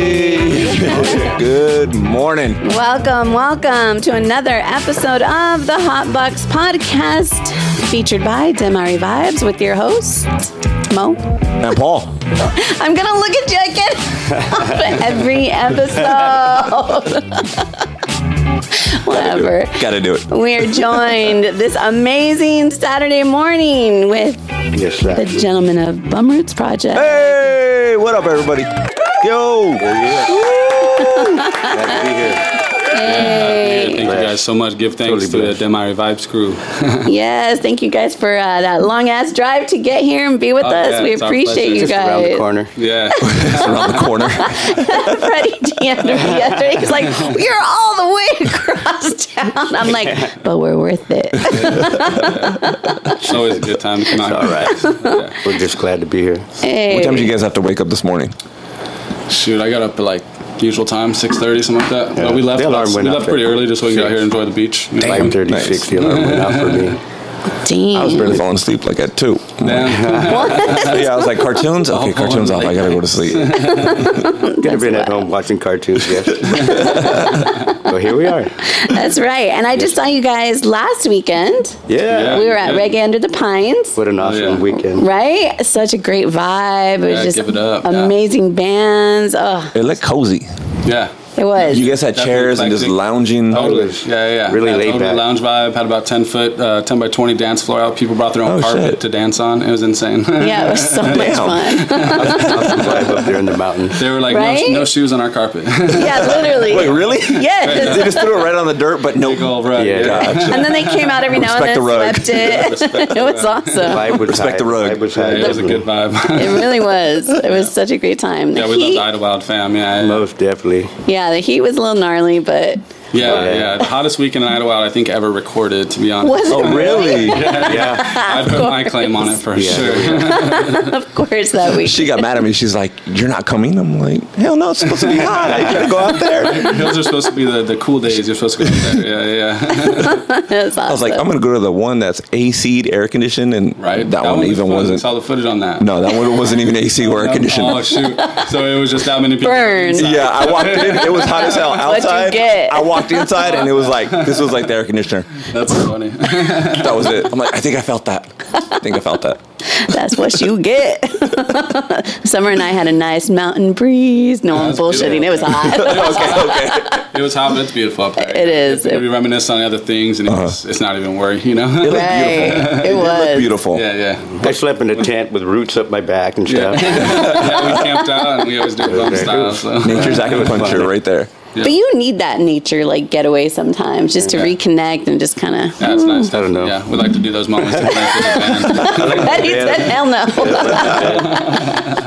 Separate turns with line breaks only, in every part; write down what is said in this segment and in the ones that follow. Hey! Good morning.
Welcome, welcome to another episode of the Hot Bucks podcast, featured by Demari Vibes with your host, Mo.
And Paul.
I'm gonna look at you again every episode. Whatever.
Gotta do it.
We're joined this amazing Saturday morning with
Yes, sir.
the gentleman of Bumroots Project.
Hey! What up, everybody? Yo!
Glad to be here.
Hey.
Thank you guys so much. Give thanks
Totally
to the Demari Vibes crew.
Yes, thank you guys for uh, that long ass drive to get here and be with
Oh,
us.
yeah,
we
it's our
appreciate
pleasure.
you
Just
guys.
Around the corner.
yeah.
It's around the corner.
Freddie DM'd me yesterday. He's like, "We are all the way across town." I'm like, "But we're worth it."
It's always a good time to come out.
All right. We're just glad to be here.
Hey.
What time do you guys have to wake up this morning?
Shoot, I got up at like usual time, 6.30, something like that.
Yeah.
But we left,
The alarm
about-
went
we
off
left pretty
at
early just so we could get out here and enjoy the beach. You know?
Nine thirty-six.
Nice.
The alarm went off for me.
Damn.
I was barely falling asleep like at 2.
Damn.
Yeah, I was like, cartoons? Okay, cartoons off. I gotta go to sleep.
Could have been at home watching cartoons. Yes. but here we are.
That's right. And I just saw you guys last weekend.
Yeah.
We were at
Yeah.
Reggae Under the Pines.
What an awesome
yeah.
weekend.
Right? Such a great vibe. It was
Yeah,
just
give it up. Yeah.
amazing bands. Oh,
It looked cozy.
yeah.
it was.
You guys had
Definitely
chairs and just
eclectic.
lounging.
Totally. Yeah, yeah, yeah.
Really
yeah,
laid
totally
back.
lounge vibe. Had about 10 foot, uh, 10 by 20 dance floor out. People brought their own
Oh,
carpet
shit.
to dance on. It was insane.
yeah, it was so much
Damn.
fun.
awesome vibe up there in the mountains.
they were like,
Right?
no, no shoes on our carpet.
yeah, literally.
Wait, really?
Yes.
They just threw it right on the dirt, but no. Uh,
Big old rug.
Yeah.
And then they came out every now and
Respect
then,
the rug.
swept it. it was awesome.
Vibe was
Respect
high.
the rug.
Vibe was
Yeah,
high.
it was a good
definitely.
vibe.
It really was. It was such a great time. The
yeah, we
heat,
loved Idlewild fam. Yeah, yeah.
Most definitely.
yeah, the heat was a little gnarly, but
Yeah,
Okay.
yeah. The hottest weekend in Idlewild I think ever recorded, to be honest.
Was it
Yeah.
Oh, really?
Yeah.
I'd put my claim on it for
Yeah.
sure.
of course that week.
She got mad at me. She's like, "You're not coming." I'm like, "Hell no! It's supposed to be hot. I gotta go out there."
Those are supposed to be the, the cool days. You're supposed to go out there. Yeah, yeah.
That's awesome.
I was like, "I'm gonna go to the one that's AC 'd, air conditioned," and
Right.
that, one,
was
even
fun.
wasn't.
Saw the footage on that.
No, that one wasn't even AC or air conditioned.
Oh shoot! So it was just that many people.
Burn.
inside.
yeah, I walked in. It was hot as hell
what you
outside.
get.
I walked inside, and it was like this was like the air conditioner.
That's funny.
That was it. I'm like, I think I felt that. I think I felt that.
That's what you get. Summer and I had a nice mountain breeze. No, I'm
That's
bullshitting.
beautiful.
It was hot.
Okay, okay.
It was hot, but it's beautiful up there.
It is.
We reminisce on other things, and
Uh-huh.
it's, it's not even worth. You know.
It looked beautiful.
Right. It
It
was.
looked beautiful.
yeah, yeah.
I slept in a tent with roots up my back and
Yeah.
stuff.
yeah, we camped out, and we always do bump
Okay.
style. So.
Nature's acupuncture right there.
But you need that nature like getaway sometimes just to
Yeah.
reconnect and just kind of.
Yeah, it's nice.
I don't know.
Yeah, we like to do those moments. to connect with the band.
But he said, hell no.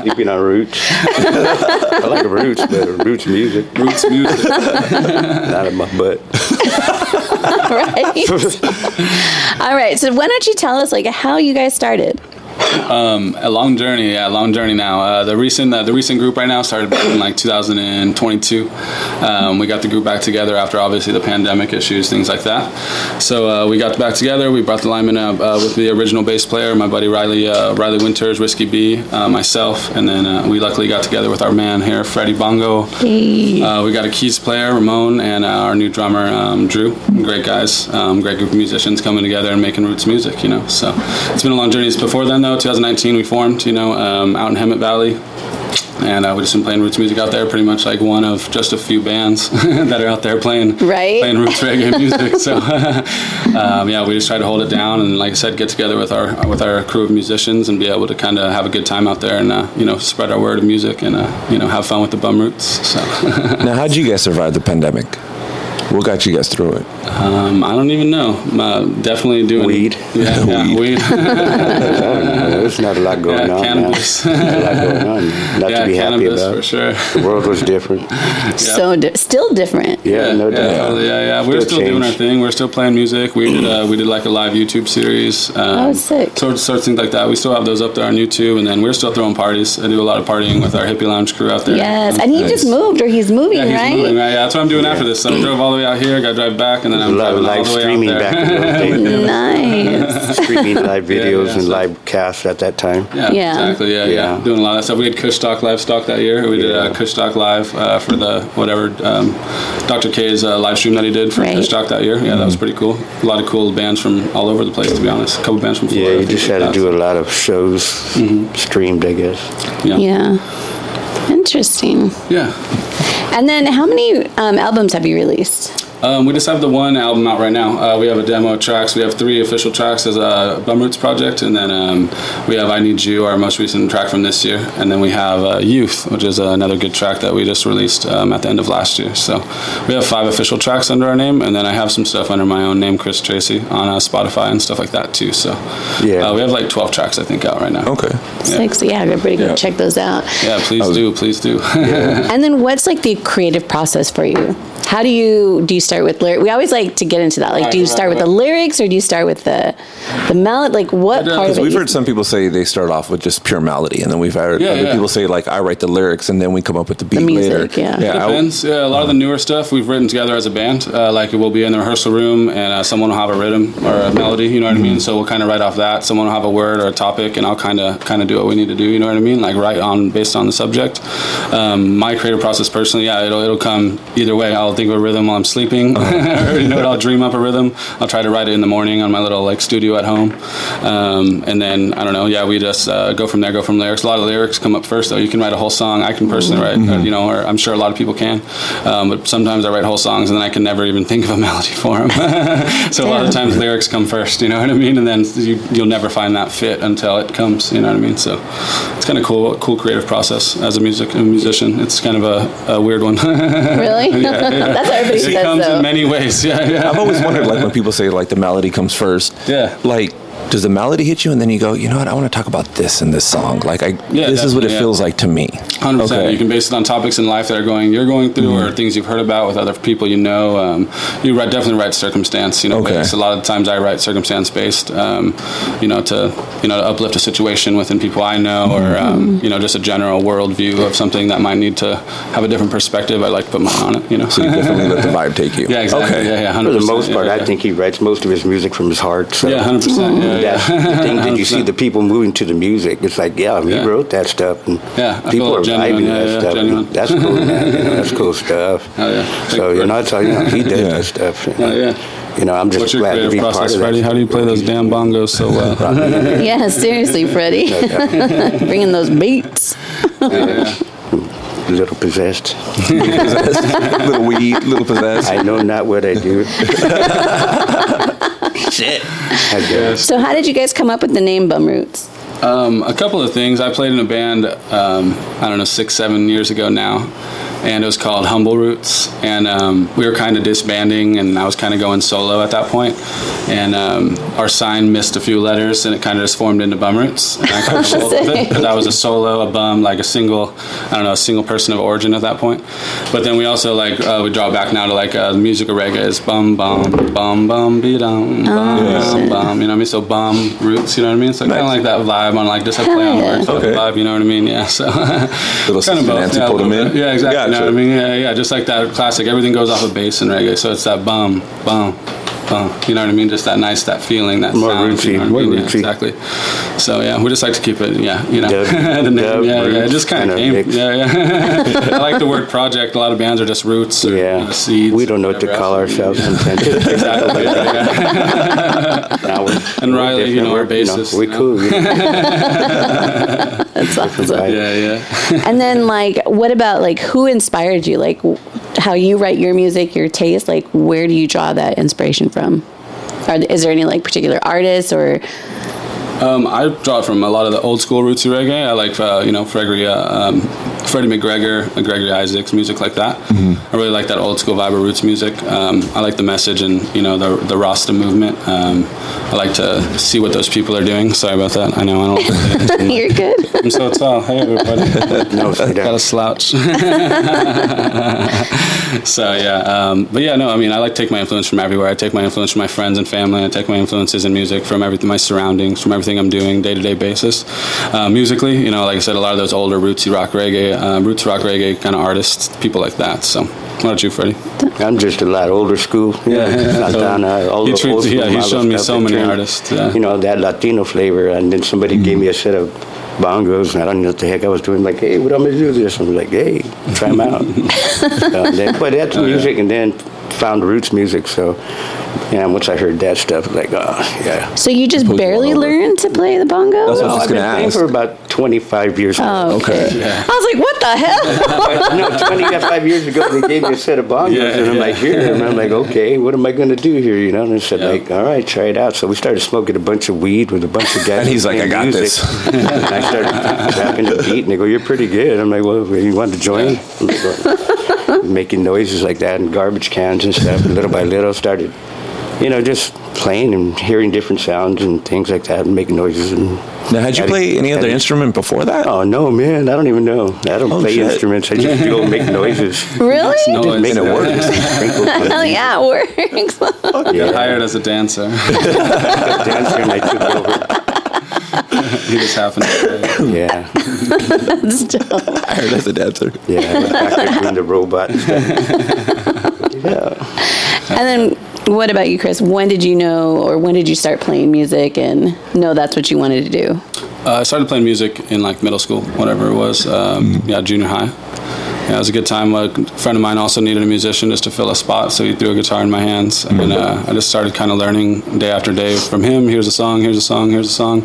Sleeping on roots. I like roots, but roots music.
Roots music.
Not in my butt.
right? All right. So why don't you tell us like how you guys started?
a long journey, yeah, a long journey now. Uh, the recent uh, the recent group right now started back in like 2022. Um, we got the group back together after obviously the pandemic issues, things like that. So uh, we got back together. We brought the lineman up uh, with the original bass player, my buddy Riley uh, Riley Winters, Whiskey B, uh, myself, and then uh, we luckily got together with our man here, Freddie Bongo. Uh, we got a keys player, Ramon, and uh, our new drummer, um, Drew. Great guys, um, great group of musicians coming together and making roots music, you know. So it's been a long journey. It's Before then, though, 2019, we formed, you know, um, out in Hemet Valley. And uh, we've just been playing roots music out there, pretty much like one of just a few bands that are out there playing
Right.
playing roots reggae music. So um, yeah, we just try to hold it down and, like I said, get together with our with our crew of musicians and be able to kind of have a good time out there and uh, you know spread our word of music and uh, you know have fun with the bum roots. So.
Now, how'd you guys survive the pandemic? What got you guys through it?
Um, I don't even know. Uh, definitely doing
Weed.
Yeah, yeah weed.
There's not a lot going
Yeah,
on. now.
cannabis.
Not a lot going on. Not
yeah,
to be happy
cannabis
about.
for sure.
The world was different. Yeah,
So di- still different.
no
yeah,
doubt.
totally, yeah, yeah. We're
Still
still doing our
changed.
thing. We're still playing music. We did uh, we did like a live YouTube series. Um,
Oh, sick.
Sort sort of things like that. We still have those up there on YouTube, and then we're still throwing parties. I do a lot of partying with our hippie lounge crew out there.
Yes, and he
Nice.
just moved, or he's moving,
Yeah, he's
right?
moving, right? Yeah, that's what I'm doing after this. So I drove all the the way out here, got to drive back, and then I'm
Live,
driving all
live
the way
streaming
out there.
back in those days.
Nice.
streaming live
Yeah,
videos
yeah,
and
so-
live casts at that time.
Yeah,
Yeah.
exactly. Yeah, yeah,
Yeah.
Doing a lot of stuff. We did Kush Talk Livestock that year. We did
Yeah.
uh, Kush Talk Live uh, for the whatever um, Dr. K's uh, live stream that he did for
Right.
Kush Talk that year. Yeah, that
Mm-hmm.
was pretty cool. A lot of cool bands from all over the place, to be honest. A couple bands from
Yeah,
Florida.
you just had to do a lot of shows
Mm-hmm.
streamed, I guess.
Yeah. yeah.
Yeah. Interesting. And then, how many um, albums have you released?
Um, we just have the one album out right now. Uh, we have a demo tracks. We have three official tracks as a Bum Roots project, and then um, we have "I Need You," our most recent track from this year, and then we have uh, "Youth," which is another good track that we just released um, at the end of last year. So we have five official tracks under our name, and then I have some stuff under my own name, Chris Tracy, on uh, Spotify and stuff like that too. So
Yeah.
uh, we have like 12 tracks I think out right now.
Okay.
Six. Yeah, they're pretty good.
Yeah.
Check those out.
Yeah, please do, please do.
And then, what's like the creative process for you? How do you do? You start with lyrics. We always like to get into that. Like, do you
Right, right,
start with the
right.
lyrics or do you start with the the melody? Like, what
Yeah,
part of
because
it?
We've
you-
heard some people say they start off with just pure melody, and then we've heard
Yeah,
other
yeah.
people say like I write the lyrics, and then we come up with the beat
music,
later.
yeah.
yeah. I-
Depends. Yeah, a lot of the newer stuff we've written together as a band. Uh, like we'll be in the rehearsal room and uh, someone will have a rhythm or a melody. You know what I
Mm-hmm.
mean? So we'll kind of write off that. Someone will have a word or a topic, and I'll kind of kind of do what we need to do. You know what I mean? Like write on based on the subject. Um, my creative process personally, yeah, it'll it'll come either way. I'll think of a rhythm while I'm sleeping, or you know, what, I'll dream up a rhythm. I'll try to write it in the morning on my little like studio at home, um, and then I don't know. Yeah, we just uh, go from there. Go from lyrics. A lot of lyrics come up first, though. You can write a whole song. I can personally write, uh, you know, or I'm sure a lot of people can. Um, but sometimes I write whole songs and then I can never even think of a melody for them. so a lot
Yeah.
of times lyrics come first. You know what I mean? And then you, you'll never find that fit until it comes. You know what I mean? So it's kind of cool, cool creative process as a music a musician. It's kind of a, a weird one.
Really? That's what everybody
it
says.
comes
though.
in many ways. Yeah, yeah.
I've always wondered, like, when people say, like, the melody comes first.
Yeah.
Like, does the melody hit you, and then you go, you know what? I want to talk about this in this song. Like, I
Yeah,
this is what it
definitely, yeah.
feels like to me.
Hundred percent.
Okay.
You can base it on topics in life that are going you're going through, or things you've heard about with other people you know. Um, you write, definitely write circumstance. You know,
Okay.
based. a lot of times I write circumstance based. Um, you know, to you know to uplift a situation within people I know, or um, you know just a general worldview of something that might need to have a different perspective. I like to put mine on it. You know.
So you definitely let the vibe take you.
yeah, exactly.
Okay.
Yeah, yeah. 100%,
For the most part,
yeah,
I
yeah.
think he writes most of his music from his heart. So
Yeah, hundred percent. Yeah, yeah.
That's the thing that you see
100%.
the people moving to the music. It's like, yeah, he
Yeah.
wrote that stuff, and
Yeah, I
people
feel
are
genuine,
vibing
yeah,
that
yeah,
stuff. and
genuine.
That's cool. man, you know, that's cool stuff.
Oh, yeah.
So you know, it's all, you know, he does
Yeah.
that stuff.
Yeah, yeah.
You know, I'm just
What's your
glad to be
creative
part
process,
of
Freddie?
that.
How do you play those damn bongos so well?
Yeah, seriously, Freddie. Bringing those beats.
Yeah,
Little possessed.
little weed, little possessed.
I know not what I do. Shit. I guess.
So, how did you guys come up with the name Bum Roots?
Um, a couple of things. I played in a band, um, I don't know, six, seven years ago now, and it was called Humble Roots. And um, we were kind of disbanding, and I was kind of going solo at that point. And um, our sign missed a few letters, and it kind of just formed into Bum Roots. And I kind of rolled with it. 'cause I was a solo, a bum, like a single, I don't know, a single person of origin at that point. But then we also like uh, we draw back now to like uh, the music of reggae is bum bum bum bum be dum bum bum bum. You know what Oh, I mean? So bum roots. You know what I mean? So kind of
Nice.
like that vibe on like just a play on words.
Okay.
Okay. Vibe. You know what I mean? Yeah. So
Little
kind of
Sister
both.
Nancy
yeah, a
pulled
little
'em in?
bit. Yeah, exactly. You know
Gotcha.
what I mean? Yeah, yeah. Just like that classic. Everything goes off of bass and reggae. So it's that bum bum. bum. You know what I mean? Just that nice, that feeling, that
More
sound. you
rootsy,
know what I
more
mean? Yeah,
rootsy.
exactly. So yeah, we just like to keep it. Yeah, you know,
Dub-
the
dub
name. Yeah, yeah. It
roots
just kind
kind
of
of
came.
mix.
Yeah, yeah. I like the word project. A lot of bands are just roots or you know,
Yeah.
seeds.
we don't know what to
whatever
call
else.
ourselves sometimes.
Exactly. yeah, yeah.
Now we're-
And
we're
Riley, you
different.
know, our
We're,
bassist,
we're
you know.
cool. You know,
That's awesome.
right?
Yeah, yeah.
And then, like, what about like who inspired you? Like, w- how you write your music, your taste. Like, where do you draw that inspiration from? Are, is there any like particular artists or
Um, I draw from a lot of the old school rootsy reggae. I like, uh, you know, Fregoria, um, Freddie McGregor, uh, Gregory Isaacs, music like that. I really like that old school vibe of roots music. Um, I like the message and, you know, the, the Rasta movement. Um, I like to see what those people are doing. Sorry about that. I know I don't.
you're good?
I'm so tall. Hey, everybody.
No, we don't.
Got a slouch. so yeah, um, but yeah, no. I mean, I like to take my influence from everywhere. I take my influence from my friends and family. I take my influences in music from everything, my surroundings, from everything I'm doing day to day basis. Uh, musically, you know, like I said, a lot of those older rootsy rock reggae uh, roots rock reggae kind of artists, people like that. So, what about you, Freddie?
I'm just a lot older school.
Yeah, yeah, yeah.
Santana, all
He
the old
treats-
school
yeah, he's
model
shown me
stuff.
so
It
many
turned,
artists, yeah. Mm-hmm.
You know that Latino flavor, and then somebody gave me a set of bongos, and I don't know what the heck I was doing. Like, hey, what am I gonna do with this? I'm like, hey, try them out. Uh, then- but
Oh,
that's music, and then found roots music. So, yeah, once I heard that stuff, like, oh yeah.
So you just
Completely
barely
all over.
learned to play the bongo?
That's what I was
I've
just
been
gonna
playing
ask.
for about 25 years. now.
Oh, okay.
Okay.
I was like, what the hell?
no, 25 years ago, they gave me a set of bongos,
Yeah,
and I'm
yeah.
like, here. And I'm like, okay, what am I going to do here? You know, and I said,
Yeah.
like, all right, try it out. So we started smoking a bunch of weed with a bunch of guys.
And he's like,
playing
I got
music.
this.
and I started rapping the beat, and they go, you're pretty good. I'm like, well, you want to join? I'm like, well, making noises like that and garbage cans and stuff. And little by little, started, you know, just playing and hearing different sounds and things like that, and making noises. And
Now, had you
adding-
played any other
adding-
instrument before that?
Oh no, man! I don't even know. I don't
Oh,
play
shit.
instruments. I just go make noises.
really?
Noise.
Make
And it works.
Hell yeah, it works.
Got
Yeah,
hired as a dancer.
dancer and I took over.
he just happened. To play.
Yeah,
That's dope.
I heard as a dancer.
yeah. I was back there doing the robot. and stuff. yeah.
And then what about you, Chris? When did you know or when did you start playing music and know that's what you wanted to do?
Uh, I started playing music in like middle school, whatever it was. Um, Yeah, junior high. Yeah, it was a good time. A friend of mine also needed a musician just to fill a spot, so he threw a guitar in my hands,
Mm-hmm.
and uh, I just started kind of learning day after day from him. Here's a song. Here's a song. Here's a song.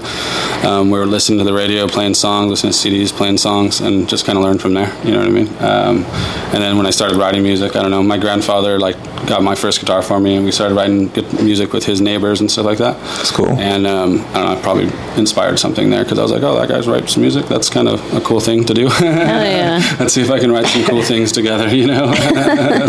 Um, we were listening to the radio, playing songs, listening to CDs, playing songs, and just kind of learned from there. You know what I mean? Um, and then when I started writing music, I don't know. My grandfather like got my first guitar for me, and we started writing good music with his neighbors and stuff like that.
That's cool.
And um, I don't know, I probably inspired something there because I was like, oh, that guy's writes music. That's kind of a cool thing to do.
Oh, yeah.
Let's see if I can write some cool things together, you know.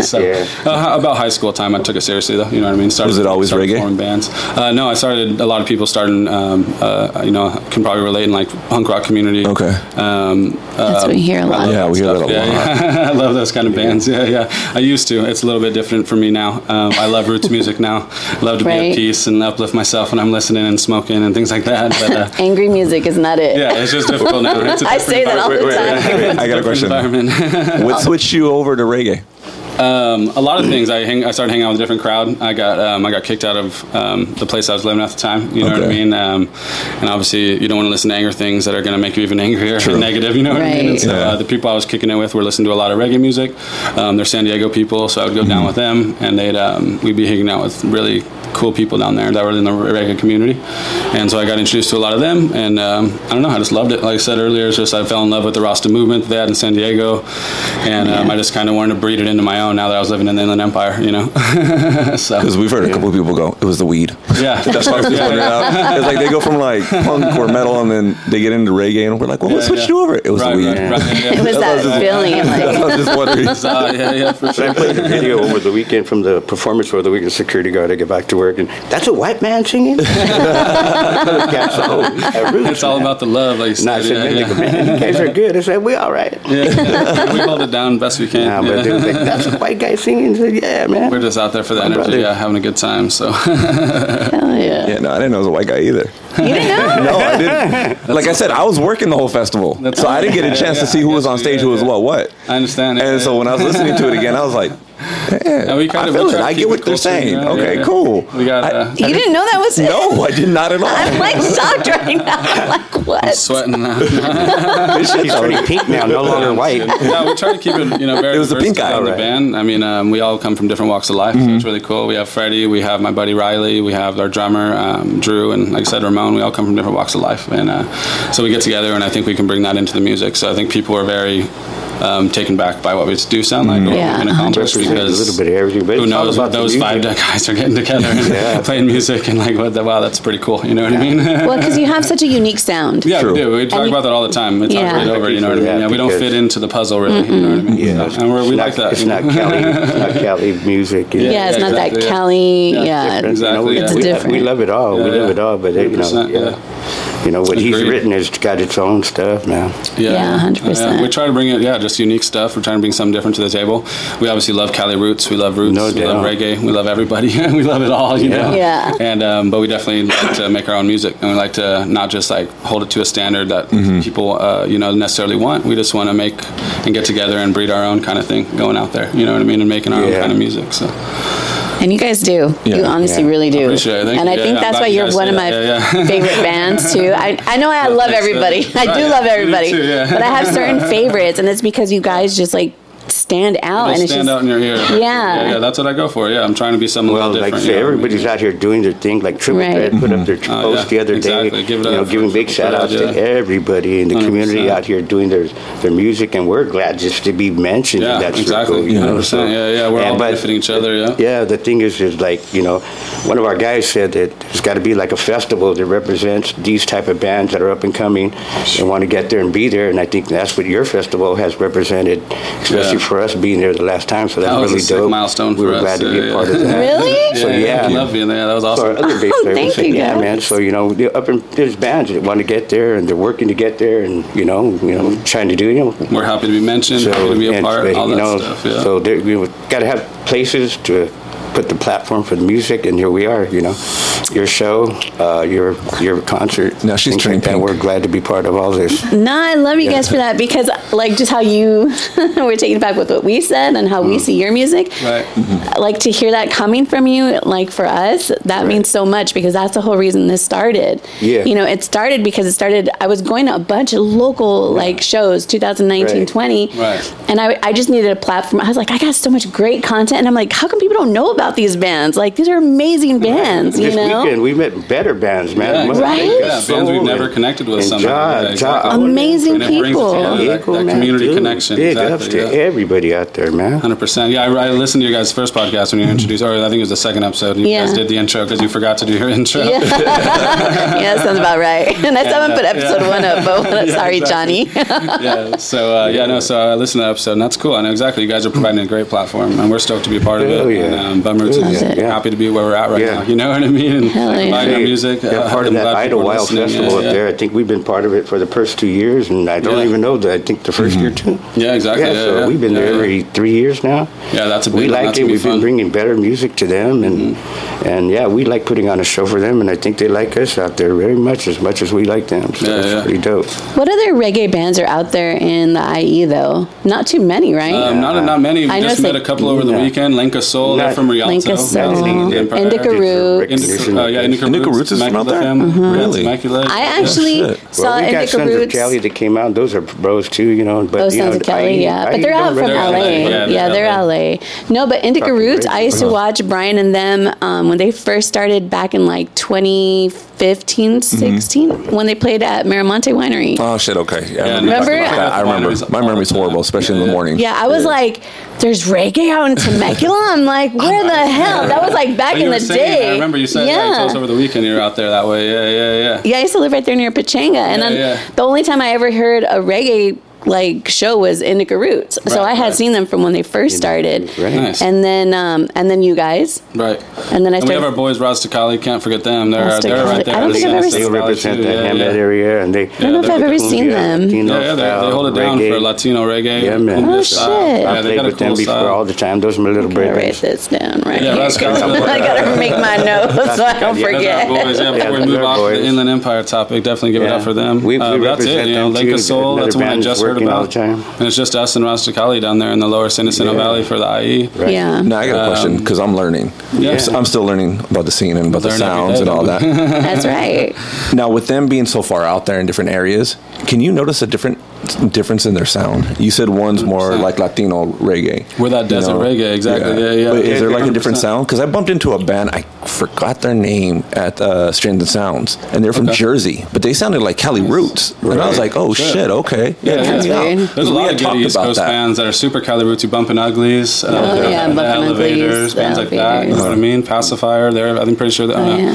so,
Yeah.
uh, about high school time, I took it seriously though. You know what I mean? Started,
Was it always
started
reggae?
Forming bands. Uh, no, I started. A lot of people starting. Um, uh, you know, can probably relate in like punk rock community.
Okay.
Um,
That's what we hear a lot.
Yeah, we hear that a lot.
yeah, yeah. I love those kind of bands. Yeah, yeah. I used to. It's a little bit different for me now. Um, I love roots music now. Love to be
Right.
at peace and uplift myself when I'm listening and smoking and things like that. But uh,
Angry music is not it.
yeah, it's just difficult now. It's a
I
different
say that all
environment.
the time.
I got a question.
Environment.
What switched you over to reggae?
Um, a lot of things. I hang, I started hanging out with a different crowd. I got um, I got kicked out of um, the place I was living at the time. You know what I
Okay.
mean? Um, and obviously, you don't want to listen to anger things that are going to make you even angrier and negative. You know what I mean?
Right.
And so
Yeah.
uh, the people I was kicking it with were listening to a lot of reggae music. Um, they're San Diego people, so I would go down with them, and they'd um, we'd be hanging out with really cool people down there that were in the reggae community. And so I got introduced to a lot of them, and um, I don't know, I just loved it. Like I said earlier, it's just I fell in love with the Rasta movement they had in San Diego, and um, I just kind of wanted to breed it into my own now that I was living in the Inland Empire, you know? so,
Because we've heard a couple of people go, it was the weed.
yeah, that's what I was
Put it out. It's like they go from like punk or metal and then they get into reggae and we're like, well, what switched you over? It was
right,
the weed.
right, right, yeah.
It was
That's
that
what
feeling.
That's
Like,
what I was just wondering.
Uh, yeah, yeah, for
So I
sure.
played a video over the weekend from the performance over the weekend. Security guard, I get back to work, and that's a white man singing. Yeah, so, I really-
It's all about the love, like you
And I
said.
said,
yeah,
man,
yeah.
they go, man, you guys are good. I said, we all right.
Yeah, yeah. we hold it down best we can.
Nah,
yeah.
but they was like, that's a white guy singing. I said, yeah,
We're
man.
just out there for the
My
energy,
brother.
yeah, having a good time. So
hell yeah.
Yeah, no, I didn't know it was a white guy either.
You didn't know?
No, I didn't. like I said, I was working the whole festival,
That's
so I didn't get a
yeah,
chance
yeah,
to see who
I
was
guess
on
you-
stage,
yeah,
who was
yeah.
what, what.
I understand.
And so when I was listening to it again, I was like,
And we kind
I
of-
feel
we
it.
try to
I get
keep
what
it
they're
culture,
saying.
you know?
Okay,
Yeah, yeah.
cool.
We got.
I-
uh,
You didn't know that was it?
No, I did not at all.
I'm like shocked right now. I'm like, what?
uh, Sweating now.
He's pretty pink now, no longer white.
yeah, we try to keep it, you know, very
It was the pink
versatile
eye,
in the
right? Mm-hmm.
band. I mean, um, we all come from different walks of life, so it's really cool. We have Freddie, we have my buddy Riley, we have our drummer um, Drew, and like I said, Ramon. We all come from different walks of life, and uh, so we get together, and I think we can bring that into the music. So I think people are very um, taken back by what we do sound
Mm-hmm.
like, and
Yeah,
what we can accomplish,
Represent a
because
little bit of everything, but
who
it's all
knows
about
what
the
those five
music.
guys are getting together and
Yeah.
playing music, and like, what the, wow, that's pretty cool. You know what I mean?
Well, because you have such a unique sound.
Yeah,
True.
we do. We talk
And-
about that all the time. We talk
Yeah.
it over. You know what I mean?
Yeah,
Yeah, we don't
because-
fit into the puzzle really. You know what I mean?
Yeah,
and we're, we like
It's not-
that.
It's
you know?
not Cali. It's not Cali music. you know.
Yeah, it's
Yeah,
not that
exactly, yeah.
Cali.
Yeah,
Yeah.
different.
You know,
Exactly,
we-
yeah.
It's
we,
different.
we love it all. we
Yeah,
love
yeah.
it all, but uh, you know,
100%,
yeah.
yeah.
You know, what he's
Agreed.
written has got its own stuff now.
Yeah, 100%.
we try to bring it, yeah, just unique stuff. We're trying to bring something different to the table. We obviously love Cali roots. We love roots.
No
we love
doubt.
reggae. We love everybody. we love it all, you know.
Yeah.
And um, but we definitely like to make our own music, and we like to not just like hold it to a standard that
Mm-hmm.
people, uh, you know, necessarily want. We just want to make and get together and breed our own kind of thing going out there. You know what I mean? And making our own
Yeah.
kind of music. So
And you guys do. you
Yeah.
honestly
Yeah.
really do.
Appreciate it. Thank
and
you.
I
Yeah,
think
yeah, I'm
that's
glad
why
you
you're
guys
one
say
of my
that. Yeah, yeah.
favorite bands too. I, I know I love
thanks,
everybody.
uh,
I do
right.
love
You do
everybody.
too, yeah.
But I have certain favorites and it's because you guys just like stand out and
it'll
it's
stand
just
out in your ear.
Yeah.
yeah. Yeah, that's what I go for. Yeah, I'm trying to be something
Well,
a little
like I
different.
say,
you know what I mean?
everybody's out here doing their thing. Like Triple
Right.
Threat put up their
Oh,
post
yeah.
the other
Exactly.
day,
Give it
you know,
up for
giving big
Triple
shout outs to
Threat, yeah.
everybody in the
100%.
community out here doing their their music, and we're glad just to be mentioned
Yeah,
in that
exactly.
circle. You know,
100%. Yeah, yeah, we're all
but-
benefiting each other, yeah.
yeah. The thing is, is like you know, one of our guys said that there's got to be like a festival that represents these type of bands that are up and coming and want to get there and be there. And I think that's what your festival has represented, especially
Yeah.
for us being there the last time. So that's
That was a
really
sick
dope.
milestone
we
for
were
us,
glad to be
yeah,
a part
yeah.
of that.
Really?
So yeah, uh,
I love being there. That was awesome.
Or other big
Oh,
players.
thank
So,
you,
yeah,
guys.
man. So you know, the up and there's bands that want to get there and they're working to get there, and you know, you know, trying to do you know.
We're happy to be mentioned, happy to be a
and-
part,
but,
all
you
that
know,
stuff. Yeah.
So there, you got to have places to put the platform for the music, and here we are. You know, your show, uh, your your concert.
Now she's
things
turning
like that.
pink.
We're glad to be part of all this.
No, I love you guys for that because, like, just how you were taken back with what we said and how we
Mm-hmm.
see your music.
Right.
Like to hear that coming from you, like for us, that means so much because that's the whole reason this started.
Yeah.
You know, it started because it started. I was going to a bunch of local like shows, 2019,
Right.
20,
Right.
and I I just needed a platform. I was like, I got so much great content, and I'm like, how come people don't know about these bands? Like, these are amazing bands.
this
You know.
weekend we met better bands, man.
Yeah,
Mother
exactly.
Nature
Yeah,
bands
Soul
we've never
and-
connected with
and
somehow.
Ja-
Yeah,
Ja-
exactly.
I wouldn't
Amazing
And it brings it
people.
together, that-
Vehicle,
that
man,
community
dude.
connection,
Big
exactly,
ups to
yeah.
everybody out there, man.
Hundred percent. Yeah, I, I listened to your guys' first podcast when you
Mm-hmm.
introduced, or I think it was the second episode. You
Yeah.
guys did the intro because you forgot to do your intro.
Yeah. yeah, that sounds about right. And I still haven't put
uh,
episode
yeah.
one up, but
Yeah,
sorry,
exactly.
Johnny.
Yeah, So uh, yeah, no. So I listened to that episode, and that's cool. I know exactly. You guys are providing a great platform, and we're stoked to be a part of it.
Hell yeah.
And, um, Bumroots
Hell
is
yeah.
happy to be where we're at right
Yeah.
now. You know what I mean? And
Hell yeah.
providing our
Hey,
music.
They're
uh,
part of
I'm
that
glad people are
Idlewild
listening.
Festival
yeah,
up
yeah.
there. I think we've been part of it for the first two years, and I don't
Yeah.
even know that. I think the 1st year too.
Yeah, exactly. Yeah,
so
yeah.
we've been
Yeah,
there
yeah.
every three years now.
Yeah, that's a big
we
one.
like
That's
it.
gonna be
We've
fun. Mm-hmm.
been bringing better music to them, and and yeah, we like putting on a show for them, and I think they like us out there very much as much as we like them. So
Yeah,
it's
yeah.
pretty dope.
what other reggae bands are out there in the IE though? Not too many, right?
Um, not not many. We
I know
just
it's
met
like-
a couple over the
Yeah.
weekend. Lenka Soul, they're
Not-
from Rialto.
Lenka Soul,
Yeah.
Indica Indica Roots. Mm-hmm.
Indica, uh, yeah, Indica,
Indica Roots is from out
Immaculate
there?
Family.
Mhm.
Yeah, it's
Really?
Immaculate.
I
Yeah.
actually saw
Well, we got
Indica
Sons of
Roots.
Cali that came out. Those are bros too, you know. But
Those
you know,
Sons of
I- E.
Kelly, yeah,
I
but they're
don't
out from
really-
They're
LA.
LA,
Yeah,
yeah,
they're
they're
LA. No, but Indica
Fucking
Roots. I
crazy.
used to watch Brian and them um, when they first started back in like 2015, 16, when they played at Miramonte Winery.
Oh shit! Okay, yeah, I
Yeah,
remember. you
remember?
talking about that. I remember. My memory's horrible, especially in the morning.
Yeah, I was like, there's reggae out in Temecula. I'm like, where the hell? That was like back
But you
in
were
the
saying,
day.
I remember you said yeah. you told us over the weekend you were out there that way. Yeah, yeah, yeah.
yeah, I used to live right there near Pachanga, and
Yeah,
then
yeah.
the only time I ever heard a reggae like show was Indica Roots. so
Right,
I had
right.
seen them from when they first started,
Right.
Nice.
and then um, and then you guys,
Right.
and then I
And we have
started.
our boys, Rastakali. Can't forget them. They're,
Rastakali.
they're right there.
I don't
in
think I've
the
ever
Sunset
They
seen-
Valley,
represent
too.
that
Yeah,
Hammett
yeah.
area, and they.
I don't know if
I've ever seen them.
Yeah, yeah, they, they hold it down for Latino reggae.
Yeah, man.
Oh,
Indian style.
shit.
Yeah,
I
they
played
got a
with them
cool
before
style.
all the time. Those are my little
I'm gonna write
brothers.
this down right
Yeah,
here.
Rastakali.
I gotta make my notes so I don't
Yeah,
forget.
Those are our boys. Yeah,
Yeah,
before we
those
move
are
off to the
boys.
Inland Empire topic, definitely give it
Yeah.
up for them.
We- we
Uh, that's it.
represent
You know,
them
Lake
too.
of Soul.
Another
That's one I
band that's
just heard
working all
about.
the time.
And it's just us and Rastakali down there in the Lower Senesino
Yeah.
Valley for the E. IE. Right.
Yeah,
No, I got a question because I'm learning.
Um, yeah.
So I'm still learning about the scene and about the
Learn every
sounds
day,
and all
don't
that.
that's right.
now, with them being so far out there in different areas, can you notice a different difference in their sound? You said one's more
100%.
like Latino reggae.
We're that desert reggae, exactly. Yeah, yeah.
But is there like a
100%.
different sound? Because I bumped into a band, I forgot their name at uh, Strands and Sounds, and they're from
Okay.
Jersey, but they sounded like Cali roots, and I was like, oh
Sure.
shit, okay,
Yeah,
check
that's
me out.
weird.
There's a
We
lot
had
of good
talked
East
about
Coast
that.
fans that are super Calirootsy, Bumpin' Uglies, uh,
Oh,
the,
yeah,
the
Bumpin' Uglies,
Elevators,
the
bands like that. You
Elevators.
know what I mean? Pacifier, they're, I'm pretty sure that.
Oh,
uh,
yeah.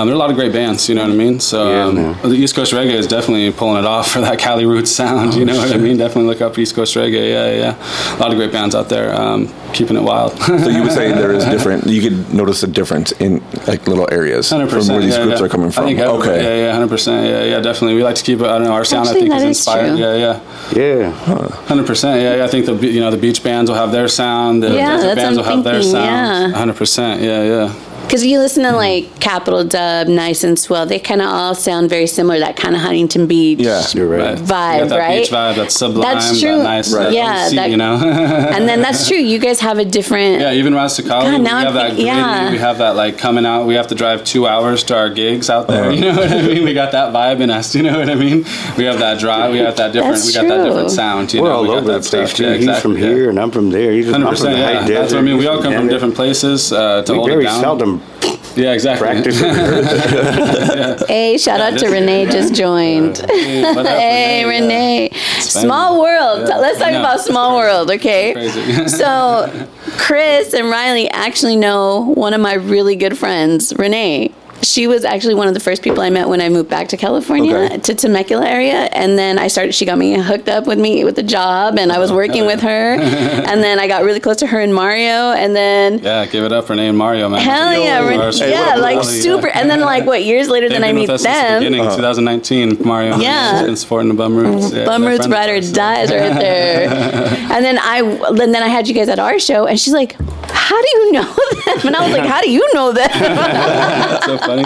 um, there are a lot of great bands, you know what I mean? So
Yeah,
um,
man.
the East Coast reggae is definitely pulling it off for that Cali roots sound,
Oh,
you know what I mean? Definitely look up East Coast reggae, yeah, yeah. A lot of great bands out there um, keeping it wild.
So you would say there is different. You could notice a difference in in like little areas from
100%,
where these
yeah,
groups
yeah.
are coming from.
I think everybody-
okay.
Yeah, yeah, hundred percent. Yeah, yeah, definitely. We like to keep it. I don't know. Our sound,
Actually,
I think,
that
is
is
inspired.
true.
Yeah, yeah.
Yeah.
Hundred percent. Yeah, yeah. I think the be- you know the beach bands will have their sound. The,
Yeah,
the
that's
bands
what
will
I'm
have their
thinking,
sound.
yeah.
Hundred percent. Yeah, yeah.
Because you listen to like Capital Dub, Nice and Swell, they kind of all sound very similar. That kind of Huntington Beach.
Yeah.
You're right.
You got that
right?
Beach vibe. That's sublime.
That's true.
That nice.
Right.
That
Yeah,
yeah.
that-
you know.
And then that's true. You guys have a different.
Yeah, even
God,
Rastakali, we
now I'm
have that
think-
gritty,
yeah.
we have that like coming out. We have to drive two hours to our gigs out
Uh-huh.
there. You know what I mean? We got that vibe in us. You know what I mean? We have that drive. We got that different.
That's
we got that
true.
different sound. You
We're
know?
all
we got
over the
that
place,
stuff.
too.
Yeah,
He's from
exactly, yeah.
here and I'm from there. He's I'm
Hundred
from the
percent.
high
Yeah,
desert.
that's what I mean. We
he's
all come from
Denver.
different places uh, to
We
hold it
very
down.
seldom
Yeah, exactly.
practice. with her.
Hey, shout out to
just-
Renee just joined.
Hey, what up,
Hey, Renee. Small world.
Yeah,
Let's
I
talk
know.
about
It's
small
crazy.
world, okay?
Crazy.
So, Chris and Riley actually know one of my really good friends, Renee. She was actually one of the first people I met when I moved back to California
Okay.
to Temecula area, and then I started. She got me hooked up with me with a job, and I was working
hell
with her, and then I got really close to her and Mario, and then
yeah, give it up, Renee and Mario, man.
hell yeah,
Our
Ren-
sweet
yeah,
little
like
Riley, yeah.
super, and then like what years later
They've
then I
been
meet
with us since the
them.
uh,
Uh-huh.
beginning, 2019, Mario. and
Yeah.
She's been supporting the Bum Roots. Yeah,
Bum
they're
Roots
friends
Ride or
with us.
Dies right there. and then I and then I had you guys at our show, and she's like, "How do you know them?" And I was like, "How do you know them?"
That's so funny.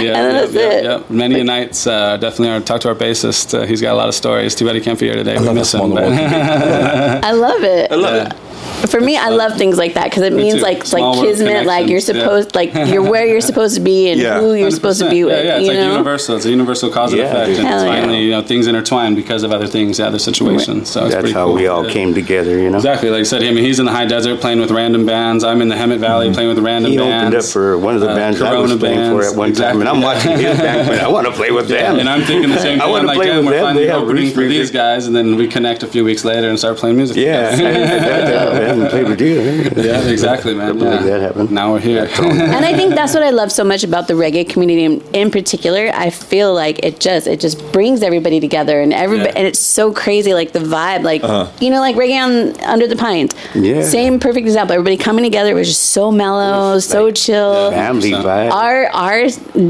Yeah,
And that's
yeah, yeah,
it.
yeah. Many a nights, uh, definitely. Our, talk to our bassist. Uh, he's got a lot of stories. Too bad he can't be here today.
I
We
love how
miss
small
him.
the
but-
world can be.
I love it. I
Yeah.
For me, I love things like that because it means
too.
like it's
Small
like
world
kismet, like you're
connections, yeah.
supposed, like you're where you're supposed to be and
Yeah.
who you're supposed to be
100%.
with.
Yeah, yeah. It's
you
like
know?
universal. It's a universal cause and
Yeah,
effect.
dude.
And it's
Hell yeah.
finally, you know, things intertwine because of other things, the other situations. So it's
That's
pretty
how
cool.
we all
Yeah.
came together, you know.
Exactly, like I said, I mean, he's in the high desert playing with random bands. I'm in the Hemet Valley playing with random
Mm-hmm. He
bands.
opened up for one of the
uh,
bands I was
Corona
playing for
bands,
at one
exactly.
time, and I'm watching his band. But I want to play with them.
And I'm thinking the same thing.
I
I
wanna
am like,
play
damn,
with
we're
them.
finally
They have
opening
roots
for
music."
these guys, and then we connect a few weeks later and start playing music.
yeah, I-
together.
I- I played with you.
yeah, exactly, man.
believe
Yeah.
that happened.
Now we're here.
and I think that's what I love so much about the reggae community in, in particular. I feel like it just it just brings everybody together and everybody
Yeah.
and it's so crazy like the vibe like you know like reggae on under the pines.
Uh-huh. Yeah.
Same perfect example. Everybody coming together it was just so mellow, so
like-
chill.
Family
Yeah.
vibe.
Our our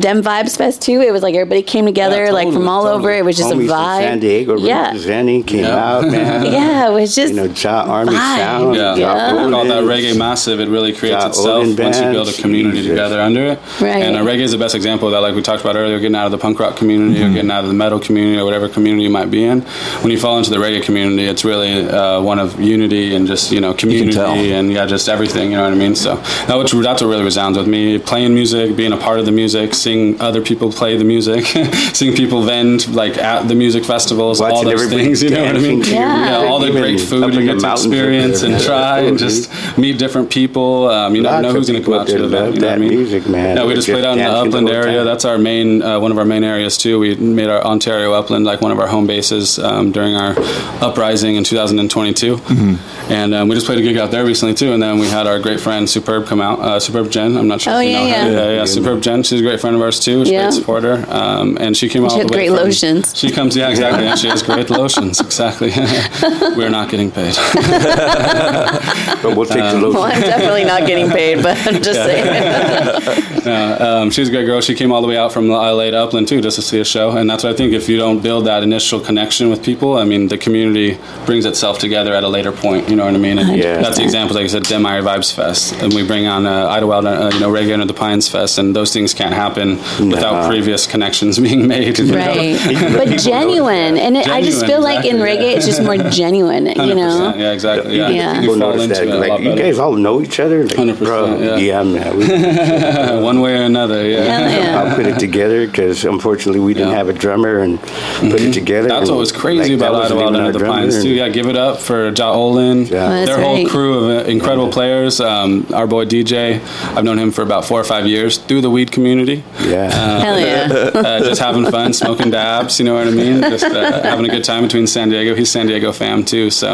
Dem Vibes Fest too. It was like everybody came together
Yeah,
like from
totally,
all over.
totally.
It was just
Homies
a vibe.
From San Diego,
yeah.
yeah. Zanny came
Yeah.
out, man.
Yeah, it was just
You know, Ja Army
vibe.
Sound.
Yeah,
Yeah.
we call that
Odin.
reggae massive. It really creates
Yeah,
itself
Odin
once you build a
bands,
community
Jesus.
together under it.
Right.
And uh, reggae is the best example of that. Like we talked about earlier, getting out of the punk rock community or getting out of the metal community or whatever community you might be in. When you fall into the reggae community, it's really uh, one of unity and just you know community
tell.
and yeah, just everything. You know what I mean? So that what that's what really resounds with me. Playing music, being a part of the music, seeing other people play the music, seeing people vend like at the music festivals, all
Watching
those
everybody
things. You know what I mean?
dancing to your
Yeah.
yeah, all the
Even
great
up
food
in
you
the
get to
mountains
experience
up
and
there.
try and
Yeah.
just meet different people. Um, you never
Lots
know
of
who's going to
people
come out to the
that
event.
love
You know
that
what I mean?
music, man.
No, we
They're
just played
just
out in the
dancing the
Upland
whole
area.
time.
That's our main, uh, one of our main areas too. We made our Ontario Upland like one of our home bases um, during our uprising in 2022,
Mm-hmm.
and um, we just played a gig out there recently too. And then we had our great friend Superb come out. Uh, Superb Jen, I'm not sure
Oh,
if you
yeah,
know her.
yeah.
yeah, yeah. Superb Jen, she's a great friend of ours too. She's a
Yeah.
great supporter, um, and she came out.
She had
the way
great
from-
lotions.
She comes, yeah, exactly, and she has great lotions. Exactly. We're not getting paid.
But we'll take the
Well,
local.
I'm definitely not getting paid, but I'm just saying.
um, she's a great girl. She came all the way out from LA to Upland too, just to see a show. And that's what I think. If you don't build that initial connection with people, I mean, the community brings itself together at a later point. You know what I mean? And
Yeah.
that's the example, like I said, Demire Vibes Fest, and we bring on uh, Idlewild, uh, you know, Reggae Under the Pines Fest, and those things can't happen without
Nah.
previous connections being made. you know?
right
People
but
know
genuine and it, i just
Genuine,
feel like in
exactly,
reggae
yeah.
it's just more genuine you
100%,
know
Yeah, exactly. Yeah.
Yeah.
I think
People
you fall
notice
into
that.
it a lot
Like, you
better.
guys all know each other? Like,
100%,
bro,
yeah.
yeah, man. We,
Uh, one way or another, yeah.
Hell yeah.
I put it together because unfortunately we didn't
Yeah. Mm-hmm.
have a drummer and put it together.
That's
and,
what was crazy
like, that
about
wasn't
Idlewild
even
Under
our
the
drummer
Pines
and-
too. Yeah, give it up for Ja Olin,
Yeah. Oh, that's
their whole
right.
crew of uh, incredible players. Um, our boy DJ, I've known him for about four or five years through the weed community.
Yeah.
hell yeah
uh, just having fun, smoking dabs, you know what I mean? Just uh, having a good time between San Diego. He's San Diego fam too, so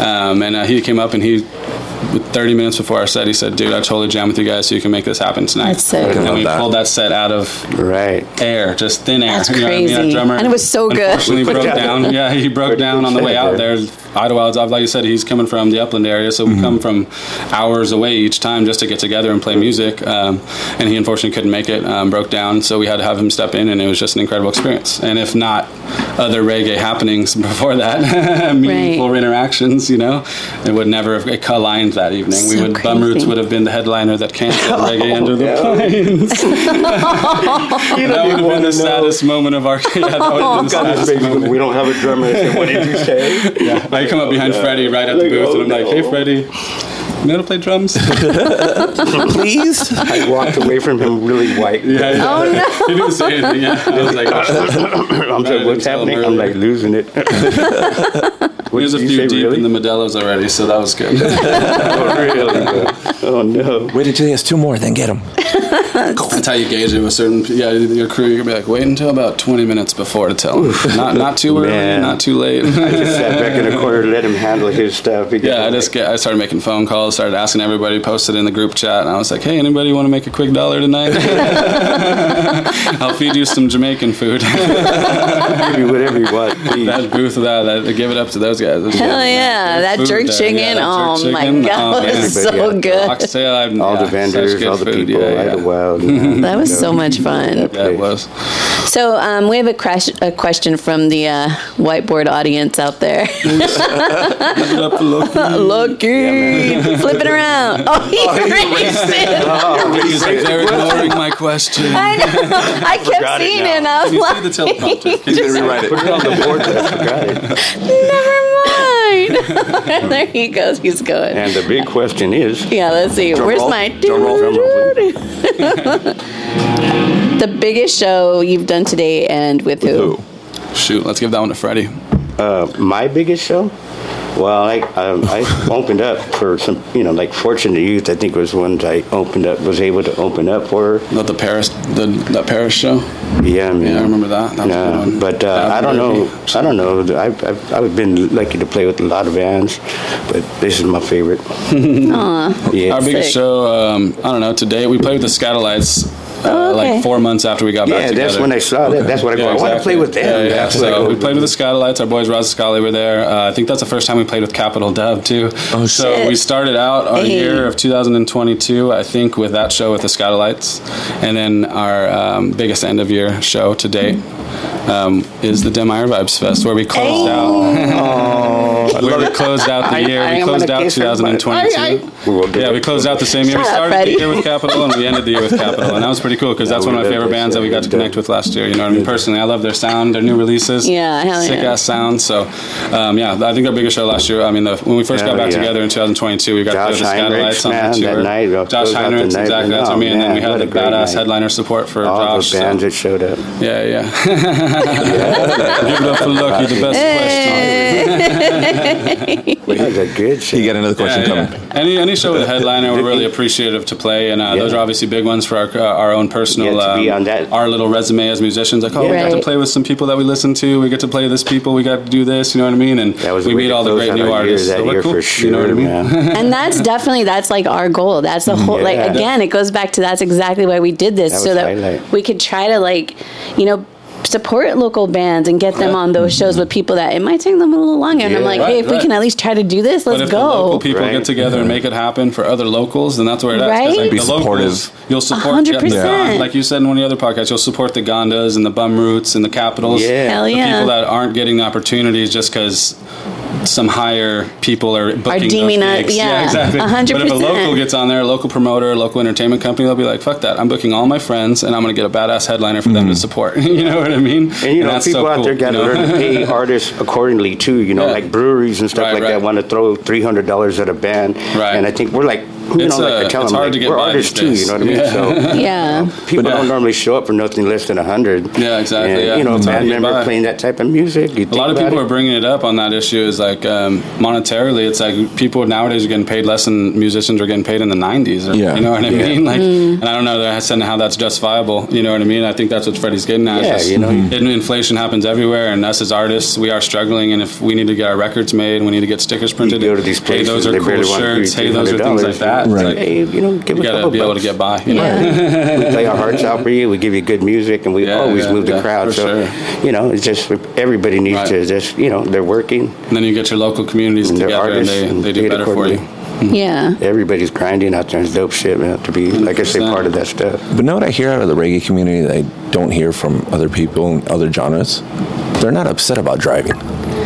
um, and uh, he came up and he 30 minutes before our set, he said, "Dude, I totally jam with you guys, so you can make this happen tonight."
That's sick. I
love
And we
that.
pulled that set out of
Right.
air, just thin air.
That's
Our
crazy.
drummer
And it was so good.
Unfortunately, broke down. Yeah, he broke
Pretty
down on the way out
good.
there. Idlewild, like you said, he's coming from the Upland area, so we come from hours away each time just to get together and play music. Um, and he unfortunately couldn't make it, um, broke down, so we had to have him step in, and it was just an incredible experience. And if not, other reggae happenings before that, meaningful interactions, you know, it would never have collided that evening. we
So
would Bum
crazy.
Roots would have been the headliner that canceled reggae under the plains that would have been the saddest moment of our yeah, that would have been the saddest moment.
We don't have a drummer. I said, what did you say?
Yeah. I come up behind Freddie right at the
Like,
booth
oh,
and I'm like,
no.
hey Freddie, you know how to play drums?
Please.
I walked away from him really white.
Yeah, yeah. Oh no. he didn't say anything. Yeah. I was like, "Oh,
I'm like, what's happening? I'm like losing it. What
there's a
did you
few
say,
deep in the Modelo's already, so that was good.
Oh, really? Oh no.
Wait until he has two more, then get him.
That's how you gauge it with certain yeah your crew. You're gonna be like, wait until about 20 minutes before to tell. 'em. Not not too early,
Man.
not too late.
Just sat back in the corner, let him handle his stuff. He
Yeah, I
got-
just get, I started making phone calls, started asking everybody, posted in the group chat, and I was like, "Hey, anybody want to make a quick dollar tonight? I'll feed you some Jamaican food." that
give you whatever you want. Please.
booth, that, that give it up to those guys.
Hell yeah, that
Food
jerk
there,
chicken.
yeah, that
oh
jerk
my
chicken.
god,
Oh,
it was
everybody
so
had
good.
Oxtail, I'm-
all the
yeah, such
vendors,
good
all the
food,
people,
yeah, yeah.
all the wild.
That was so much fun.
Yeah, it was.
So um, we have a, crash, a question from the uh, whiteboard audience out there. Lucky, flip it around. Oh, he erased it.
Oh, He's like, they're ignoring my question.
I know. I kept
Forgot it
seeing
now.
it, and I was
Can you
like,
see the teleprompter? Can you
rewrite
Put it on the board. I forgot it.
never mind. there he goes. He's going.
And the big question is,
Yeah, let's see.
Drum
Where's
roll.
my
Drum roll. Drum
roll,
The biggest show you've done today, and with who?
Shoot, let's give that one to Freddie.
uh, my biggest show? Well, I, um, I opened up for some, you know, like Fortunate Youth, I think was ones I opened up, was able to open up for.
Not the Paris, the that Paris show.
Yeah, man.
Yeah, I remember that. That was a good
No,
one.
but uh,
That
I don't know.
movie.
I don't know. I've, I've, I've been lucky to play with a lot of bands, but this is my favorite. yeah.
Our biggest
Sick.
show, um, I don't know, today we played with the Scatolites uh,
Oh, okay.
like four months after we got back
yeah,
together.
that's when I saw that. That's what I go. I want to play with them.
Yeah, yeah.
That's what I
So
go,
we played with the Skylights. Our boys Roz and Scully were there. Uh, I think that's the first time we played with Capital Dub too. Oh So
shit.
we started out our
Hey.
year of 2022, I think, with that show with the Skylights, and then our um, biggest end of year show to date. Um, is the Demire Vibes Fest where we closed out? where we closed out the year.
I
we
am
closed
gonna
out
kiss everybody.
2022.
We will do
yeah,
it.
we closed out the same year. We
Shut up,
started the
Freddie.
year with Capital and we ended the year with Capital, and that was pretty cool because that's
we
one of my
love
favorite
this,
bands
yeah,
that we got to
we've done.
connect with last year. You know what I mean? Personally, I love their sound, their new releases.
Yeah, hell
sick
yeah.
ass sound. So, um, yeah, I think our biggest show last year. I mean, the, when we first got
Hell
back
yeah.
together in 2022, we got
Josh
to play the
Heinrichs,
Skylights on
man,
the tour.
that night, uh,
Josh
close out the
Heinrichs,
night,
exactly.
and
That's what I mean. And then
oh,
we had
man,
the
what a great
badass
night.
headliner support for
all
Josh.
the bands
so-
that showed up.
yeah, yeah. Give it up for Lucky, the best question.
That was a good show.
You got another question
Yeah, yeah.
coming.
Any any show with a headliner, we're really appreciative to play, and uh, those are obviously big ones for our uh, our own personal,
Yeah, to be
um,
on that-
our little resume as musicians. Like, oh, we
Yeah.
got to
Right.
play with some people that we listen to. We get to play this people. We got to do this. You know what I mean? And
That was a
we
way
meet
to
all the
close
great
out
new
our year
artists.
That
so we're
year
cool.
for sure,
you know what I mean?
man.
And that's definitely that's like our goal. That's the whole
Yeah.
like again, it goes back to that's exactly why we did this
That
so
was
that
highlight.
we could try to like, you know, support local bands and get them on those shows with people that it might take them a little longer. And I'm
Yeah.
like,
Right,
hey, if we
right.
can at least try to do this,
But
let's
if the
go.
local people
Right.
get together and make it happen for other locals, then that's where it is. 'Cause,
Right?
Like,
Be
the locals,
supportive.
you'll support.
A hundred
yeah,
percent.
Like you said in one of the other podcasts, you'll support the Gondas and the Bum Roots and the Capitals.
Yeah.
Hell
the
yeah.
people that aren't getting the opportunities just because some higher people are booking
deeming
those
it-
gigs.
yeah,
exactly.
a hundred
But if a local
percent.
gets on there, a local promoter, a local entertainment company, they'll be like, "Fuck that! I'm booking all my friends, and I'm going to get a badass headliner for them to support." you know what I mean?
Mm-hmm. And you know,
that's so
people out
cool,
there got to
you know?
learn to pay artists accordingly too. You know,
Yeah.
like breweries and stuff
Right,
like
right.
that want to throw three hundred dollars at a band,
Right.
and I think we're like you
It's,
know, like
uh,
I tell
it's
them,
hard
like,
to get
we're
by
artists
these
too.
days.
You know what I
Yeah.
mean? So
Yeah.
people
But, uh,
don't normally show up for nothing less than hundred.
Yeah, exactly,
And,
yeah.
You know,
It's hard
band
to get
member
by.
playing that type of music. You
A lot of people are bringing it up on that issue. Is like um, monetarily, it's like people nowadays are getting paid less than musicians are getting paid in the '90s. Or,
Yeah.
you know what I
Yeah.
mean? Like, and I don't know. That's and how that's justifiable. You know what I mean? I think that's what Freddie's getting at.
Yeah,
Just-
you know.
in- inflation happens everywhere, and us as artists, we are struggling. And if we need to get our records made, we need to get stickers printed.
go to these places,
hey, those are
they
cool
barely want to give you
shirts. Hey, those are things
$200,
like that. It's
Right.
like,
Hey, you know, give
you
us a
gotta
couple
be able to
bucks.
get by. You know?
we play our hearts out for you. We give you good music, and we
Yeah,
always
yeah,
move the
yeah,
crowd.
for
So, you know, it's just everybody needs
Right.
to just you know they're working.
And then you get your local communities
And they're
together, and
artists
they,
and
they do
paid
better for you.
accordingly.
Yeah.
Everybody's grinding out there. It's dope shit, man. To be like I say,
100%.
part of that stuff.
But know what I hear out of the reggae community that I don't hear from other people and other genres? They're not upset about driving.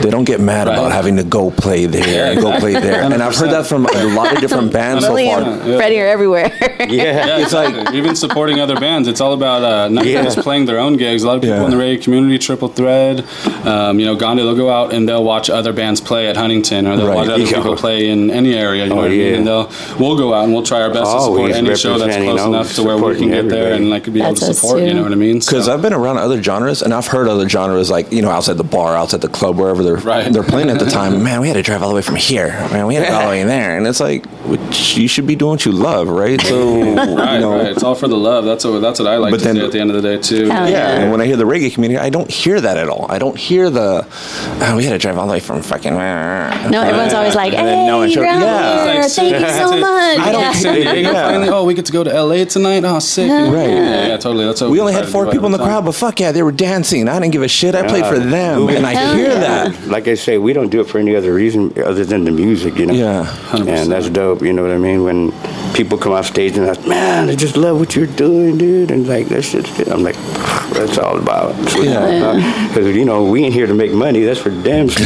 They don't get mad
Right.
about having to go play there,
Yeah,
go play there. And I've heard that from a lot of different bands so
Lily
far.
and Freddie are everywhere.
Yeah.
Yeah, it's like even supporting other bands. It's all about uh, not
Yeah.
just playing their own gigs. A lot of people
Yeah.
in the reggae community, Triple Thread, um, you know, Gandhi, they'll go out and they'll watch other bands play at Huntington, or they'll
Right.
watch other
Yeah.
people play in any area. You know
Oh,
what I mean?
yeah.
And they'll we'll go out and we'll try our best to
Oh,
Always
support any show that's
representing,
close enough
always
to where we can
supporting
get there
everybody.
and like be able
That's
to
us
support.
too.
You know what I mean? So-
Because I've been around other genres and I've heard other genres like you know outside the bar, outside the club, wherever they're
Right.
they're playing at the time. Man, we had to drive all the way from here. Man, we had to go all the way there, and it's like which you should be doing what you love, right? So
Right,
you know,
right. It's all for the love. That's what that's what I like
But
to
then-
do at the end of the day too.
Hell
Yeah,
Yeah.
and when I hear the reggae community, I don't hear that at all. I don't hear the oh, we had to drive all the way from fucking.
No, everyone's always like,
And
hey,
then no
no
one showed-
Yeah.
here.
It's like,
Thank you
see,
so
that's it.
much.
I don't
yeah.
San Diego
Yeah.
finally. Oh, we get to go to LA tonight. Oh, sick.
Right.
Yeah, yeah, totally. That's what
We only had
try to
four
do
people in the
every time.
crowd, but fuck yeah, they were dancing. I didn't give a shit. I played for them, and I
Hell
hear
yeah.
that.
Like I say, we don't do it for any other reason other than the music, you know.
Yeah,
100%.
and that's dope. You know what I mean? When people come off stage and like, man, I just love what you're doing, dude, and like that's just, I'm like, that's all about. Because you know we ain't here to make money. That's for damn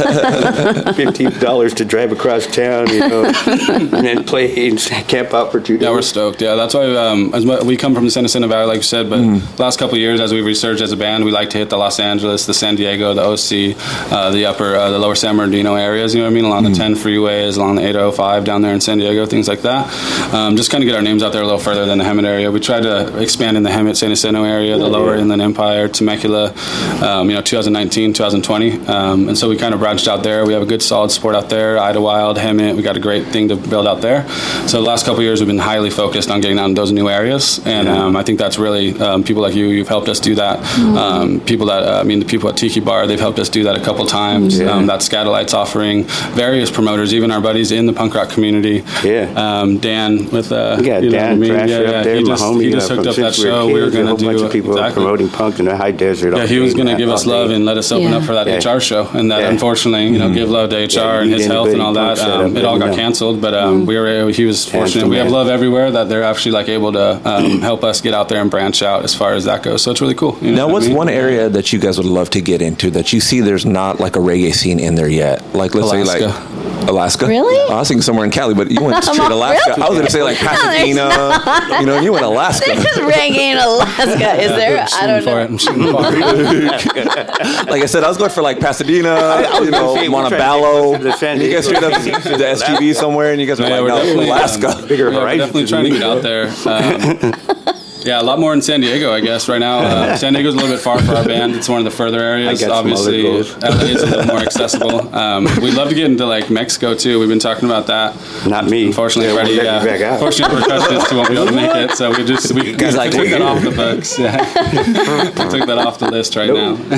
sure. Fifteen dollars to drive across town, you know, and then play and camp out for two days.
Yeah, we're stoked. Yeah, that's why um, as mu- we come from the San Jacinto Valley, like you said. But last couple of years, as we've researched as a band, we like to hit the Los Angeles, the San Diego, the OC, uh, the upper, uh, the lower San Bernardino areas. You know what I mean? Along the 10 freeways, along the 805 down there in San Diego, things like that. Um, just kind of get our names out there a little further than the Hemet area. We tried to expand in the Hemet, San Jacinto area, the lower Inland Empire, Temecula. Um, you know, 2019, 2020, um, and so we kind of branched out there. We have a good solid support out there. Idlewild, Hemet, we got a great thing to build out there. So the last couple of years, we've been highly focused on getting out in those new areas, and um, I think that's really um, people like you. You've helped us do that.
Mm-hmm.
Um, people that uh, I mean, the people at Tiki Bar, they've helped us do that a couple times. Um, that Scatolites offering, various promoters, even our buddies in the punk rock community.
Yeah.
um, Dan with uh,
Yeah,
you know
Dan
what I mean?
Thrasher
yeah,
up there,
he
my
just,
homie.
he
you
just
know,
hooked
from
up that
since were
show. we were
kids, a
going
whole
to do
bunch of people
exactly.
promoting punk in the high desert. all
Yeah, he was
day,
going to
man,
give us
all day.
love and let us open
Yeah.
up for that
Yeah.
HR show. And that,
Yeah. Mm-hmm.
unfortunately, you know, give love to HR
Yeah,
and
you
his
need
health and
anybody
all that.
punk
Um,
setup,
it all got
yeah.
canceled, but um, we were. He was fortunate. We have
Mm-hmm. man.
love everywhere that they're actually like able to um, help us get out there and branch out as far as that goes. So it's really cool. you know
Now,
what I
what's
mean?
one area that you guys would love to get into that you see there's not like a reggae scene in there yet? Like, let's say,
Alaska.
like Alaska.
Really?
I was thinking somewhere in Cali, but you went straight Alaska. I was going to say like
there's
Pasadena. you know, you went Alaska.
There's reggae in Alaska. Is there?
I'm
I don't
shooting for
know.
it. I'm shooting for it.
like I said, I was going for like Pasadena, you know,
say, we're trying to
Montebello.
get to the San
You guys straight
Diego.
up the STV somewhere, and you guys were
Yeah,
like,
we're
no,
definitely, um,
Alaska.
Bigger
Yeah, we're
horizons.
definitely trying to get out there. Um, yeah, a lot more in San Diego, I guess. Right now, uh, San Diego's a little bit far for our band. It's one of the further areas.
I got some other
Obviously,
goals.
LA is a little more accessible. Um, we'd love to get into like Mexico too. We've been talking about that.
Not me.
Unfortunately, uh,
Yeah, we'll
Freddie,
let you back
yeah,
out.
unfortunately, percussionists won't be able to make it, so we just we, we
Guys like
took that
to-
off the books. Yeah, we took that off the list right
Nope.
now.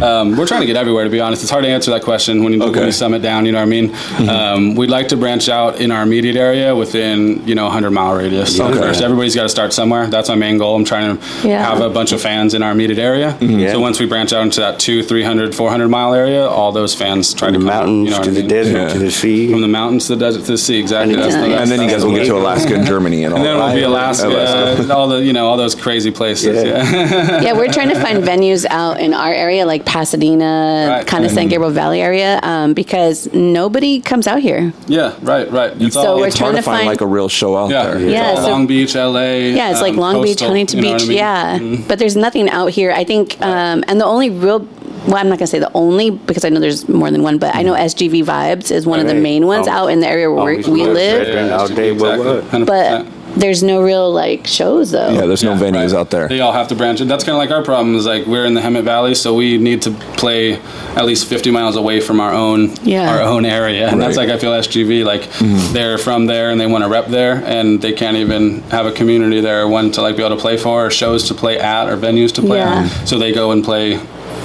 um, we're trying to get everywhere, to be honest. It's hard to answer that question when you, when
Okay.
you sum it down. You know what I mean?
Mm-hmm.
Um, we'd like to branch out in our immediate area within you know 100 mile radius.
Okay.
First, everybody's got to start somewhere. That's my main goal. I'm trying to
Yeah.
have a bunch of fans in our immediate area.
Mm-hmm. Yeah.
So once we branch out into that two, 300, 400 mile area, all those fans try
From
to
the
come.
mountains
you know what
to
I
the
mean?
desert
Yeah.
to the sea.
From the mountains to the desert to the sea, exactly. That's the-
Yeah.
that's
And then you
the-
guys will get to Alaska and Germany and all
and then it'll be
that.
Alaska, all the you know all those crazy places.
Yeah.
Yeah.
yeah, we're trying to find venues out in our area, like Pasadena,
Right.
kind of San Gabriel Valley area, um, because nobody comes out here.
Yeah, right, right. It's
So we're
It's hard to
trying to
find
find-
like a real show out
yeah,
there.
it's
Yeah,
all
so-
Long Beach, LA.
Yeah, it's like
um,
Long Beach,
coastal,
Huntington
you know what
Beach.
I mean?
Yeah, but there's nothing out here. I think, um, and the only real well, I'm not gonna say the only because I know there's more than one, but I know SGV Vibes is one of the
Alright.
main ones
Oh.
out in the area where
Always
we
was,
live.
right? All day, what, what?
But there's no real like shows though.
Yeah, there's no
Yeah,
venues
right.
out there.
They all have to branch. it. That's kind of like our problem. Is like we're in the Hemet Valley, so we need to play at least 50 miles away from our own
Yeah.
our own area, and that's
Right. Mm-hmm.
like I feel SGV. Like they're from there and they want to rep there, and they can't even have a community there, one to like be able to play for, or shows to play at, or venues to play
Yeah.
at. So they go and play.